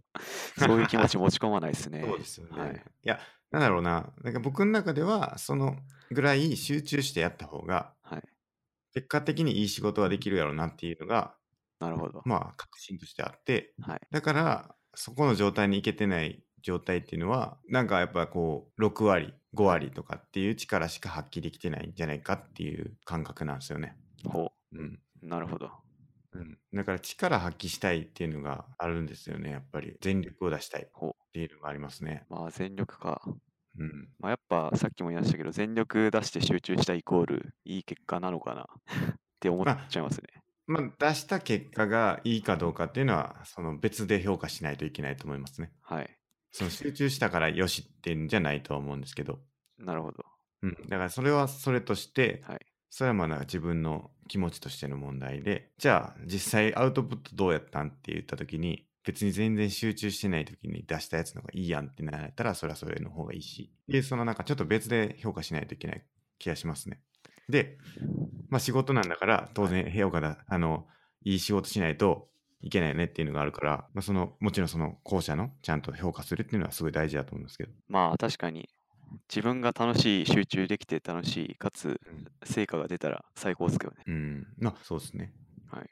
う、そういう気持ち持ち込まないですね。
そうですよね。
はい
い、や、なんだろうな。なんか僕の中では、そのぐらい集中してやった方が、
はい
結果的にいい仕事はできるやろうなっていうのが、
なるほど。
まあ、確信としてあって、
はい
だから、そこの状態にいけてない状態っていうのは、なんかやっぱこう、6割、5割とかっていう力しか発揮できてないんじゃないかっていう感覚なんですよね。
ほ
うん。
う。なるほど。
うん、だから力発揮したいっていうのがあるんですよねやっぱり全力を出したい
ほう
っていうのがありますね
まあ全力か。
うん
まあ、やっぱさっきも言いましたけど、全力出して集中したイコールいい結果なのかな って思っ
まあ
ちゃいますね。
まあ、出した結果がいいかどうかっていうのは、その別で評価しないといけないと思いますね。
はい。
その集中したからよしっていうんじゃないとは思うんですけど、
なるほど。
うん、だからそれはそれとして、
はい
それはまあなんか自分の気持ちとしての問題で、じゃあ実際アウトプットどうやったんって言った時に、別に全然集中してない時に出したやつの方がいいやんってなったら、それはそれの方がいいし、で、そのなんかちょっと別で評価しないといけない気がしますね。で、まあ仕事なんだから、当然評価だ、あの、いい仕事しないといけないよねっていうのがあるから、まあその、もちろんその後者のちゃんと評価するっていうのはすごい大事だと思うんですけど。
まあ確かに自分が楽しい、集中できて楽しい、かつ
うん
成果が出たら最高ですけどね。
うん、まあそうですね。
はい。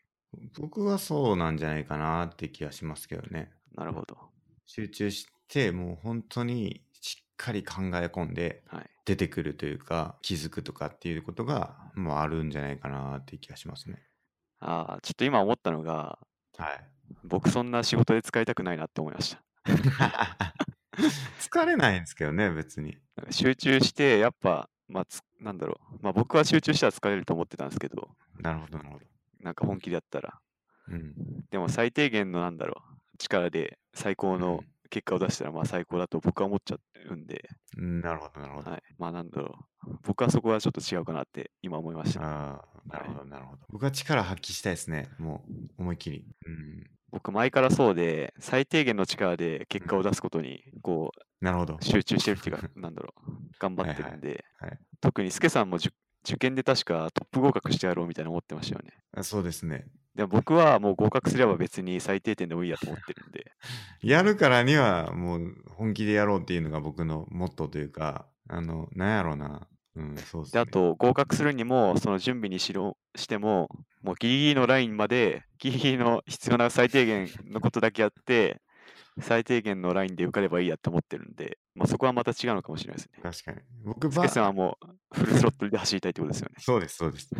僕はそうなんじゃないかなって気がしますけどね。
なるほど。
集中して、もう本当にしっかり考え込んで
はい。
出てくるというか、気づくとかっていうことが、まああるんじゃないかなって気がしますね。
ああ、ちょっと今思ったのが、
はい。
僕そんな仕事で使いたくないなって思いました。
疲れないんですけどね、別に。
なんか集中して、やっぱ、まあつ、なんだろう。まあ僕は集中したら疲れると思ってたんですけど、
なるほど、なるほど。
なんか本気でやったら。
うん。
でも最低限のなんだろう。力で最高の結果を出したらまあ最高だと僕は思っちゃうんで、
うん、なるほど、なるほど。
はい、まあなんだろう僕はそこはちょっと違うかなって今思いました
ああ、なるほど、なるほど。僕は力発揮したいですね、もう思いっきり。うん。
僕前からそうで最低限の力で結果を出すことにこ
なるほど
う。集中してるってい うかなんだろう頑張って
はい
る
はい
んで、
はい
特にスケさんも受受験で確かトップ合格してやろうみたいな思ってましたよね
あそうですね。
でも僕はもう合格すれば別に最低点でもいいやと思ってるんで
やるからにはもう本気でやろうっていうのが僕のモットーというか、あの、なんやろうな。うん、そうです
で
ね。
あ、と合格するにもその準備にしろしてももうギリギリのラインまでギリギリの必要な最低限のことだけやって最低限のラインで受かればいいやと思ってるんで、まあ、そこはまた違うのかもしれないですね
確かに。僕
スケさん
は、
はもうフルスロットルで走りたいってことですよね。
そうです、そうです。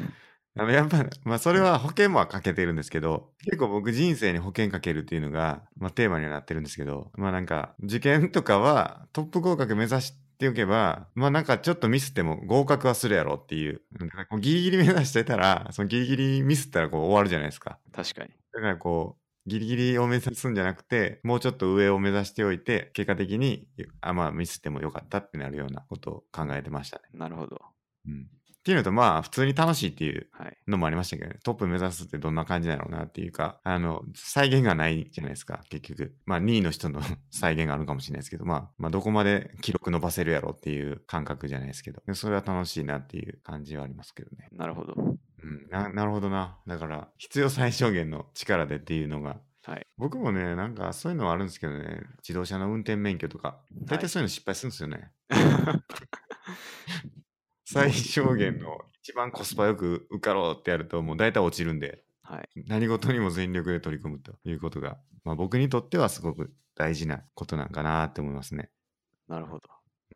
あの、やっぱ、まあ、それは保険もかけてるんですけど、結構僕人生に保険かけるっていうのが、まあ、テーマにはなってるんですけど、まあ、なんか、受験とかはトップ合格目指しておけば、まあ、なんかちょっとミスっても合格はするやろっていう。だからこうギリギリ目指してたら、そのギリギリミスったらこう終わるじゃないですか。
確かに。
だからこう、ギリギリを目指すんじゃなくて、もうちょっと上を目指しておいて、結果的に、あ、まあミスってもよかったってなるようなことを考えてましたね。
なるほど。
うん。っていうのと、まあ、普通に楽しいっていう
はい。
のもありましたけどね、トップ目指すってどんな感じだろうなっていうか、あの、再現がないじゃないですか、結局。まあ、2位の人の 再現があるかもしれないですけど、まあ、まあ、どこまで記録伸ばせるやろっていう感覚じゃないですけど、でそれは楽しいなっていう感じはありますけどね。
なるほど。
うん、な なるほどな。だから、必要最小限の力でっていうのが。
はい
僕もね、なんかそういうのはあるんですけどね、自動車の運転免許とか、大
はい
体そういうの失敗するんですよね。最小限の一番コスパよく受かろうってやると、もう大体落ちるんで、
はい。
何事にも全力で取り組むということが、まあ、僕にとってはすごく大事なことなんかなって思いますね。
なるほど。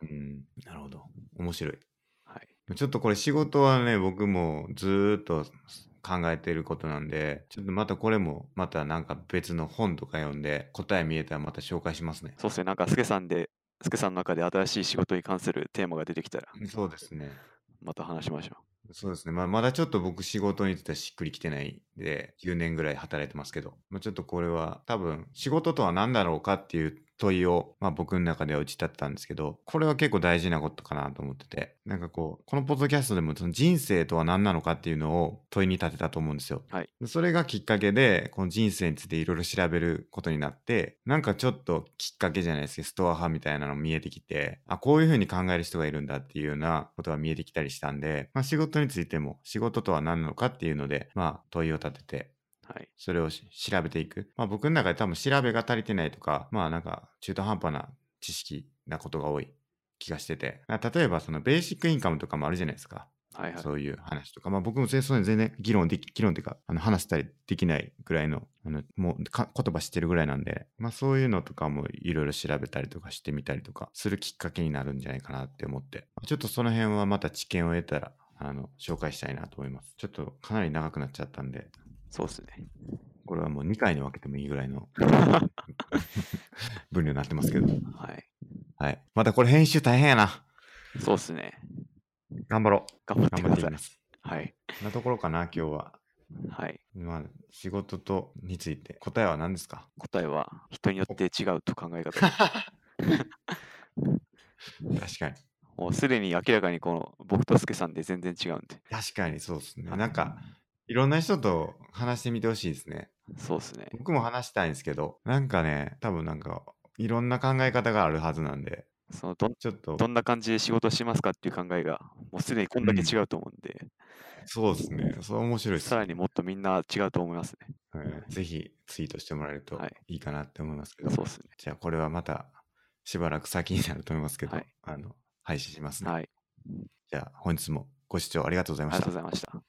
うん、なるほど。面白い。
はい。
ちょっとこれ仕事はね、僕もずーっと考えてることなんで、ちょっとまたこれも、またなんか別の本とか読んで、答え見えたらまた紹介しますね。
そうですね。なんか、スケさんで、スケさんの中で新しい仕事に関するテーマが出てきたら、
そうですね。
また話しましょ
そうですね。まあ、まだちょっと僕仕事についてはしっくりきてないんで、10年ぐらい働いてますけど、まあ、ちょっとこれは多分仕事とは何だろうかっていう問いを、まあ、僕の中では打ち立てたんですけど、これは結構大事なことかなと思ってて、なんかこう、このポッドキャストでもその人生とは何なのかっていうのを問いに立てたと思うんですよ。
はい
でそれがきっかけで、この人生についていろいろ調べることになって、なんかちょっときっかけじゃないですけど、ストア派みたいなの見えてきて、あ、こういうふうに考える人がいるんだっていうようなことが見えてきたりしたんで、まあ、仕事についても、仕事とは何なのかっていうので、まあ、問いを立てて、
はい。
それをし調べていく。まあ僕の中で多分調べが足りてないとか、まあなんか中途半端な知識なことが多い気がしてて。あ例えばそのベーシックインカムとかもあるじゃないですか。
はいはい。
そういう話とか。まあ僕も全然全然議論でき、議論っていうか、あの話したりできないぐらいの、あのもうか言葉知ってるぐらいなんで、まあそういうのとかもいろいろ調べたりとかしてみたりとかするきっかけになるんじゃないかなって思って。ちょっとその辺はまた知見を得たら、あの、紹介したいなと思います。ちょっとかなり長くなっちゃったんで、
そうですね。
これはもう2回に分けてもいいぐらいの 分量になってますけど。
はい。
はい。またこれ編集大変やな。
そうですね。
頑張ろ
頑張っ
う。
て
頑張っ
くだ
てい
さ
き
い
ま。す。
はい。
こんなところかな、今日は。
はい。
まあ、仕事とについて。答えは何ですか
答えは人によって違うと考え方。
確かに。
もうすでに明らかにこの僕とスケさんで全然違うんで。
確かにそうですね。なんか、いろんな人と話してみてほしいですね。
そうですね。
僕も話したいんですけど、なんかね、多分なんか、いろんな考え方があるはずなんで、
そのどん
ちょっと
ど、んな感じで仕事しますかっていう考えがもうすでにこんだけ
うん
違うと思うんで、
そうですね。そう面白いです
さ
ね
らにもっとみんな違うと思いますね。
うんぜひツイートしてもらえると
はい
いいかなって思いますけど、
そうですね。
じゃあこれはまたしばらく先になると思いますけど、
はい
あの配信しますね、
はい。
じゃあ本日もご視聴ありがとうござい
あり
ま
が
し
と
た
うございました。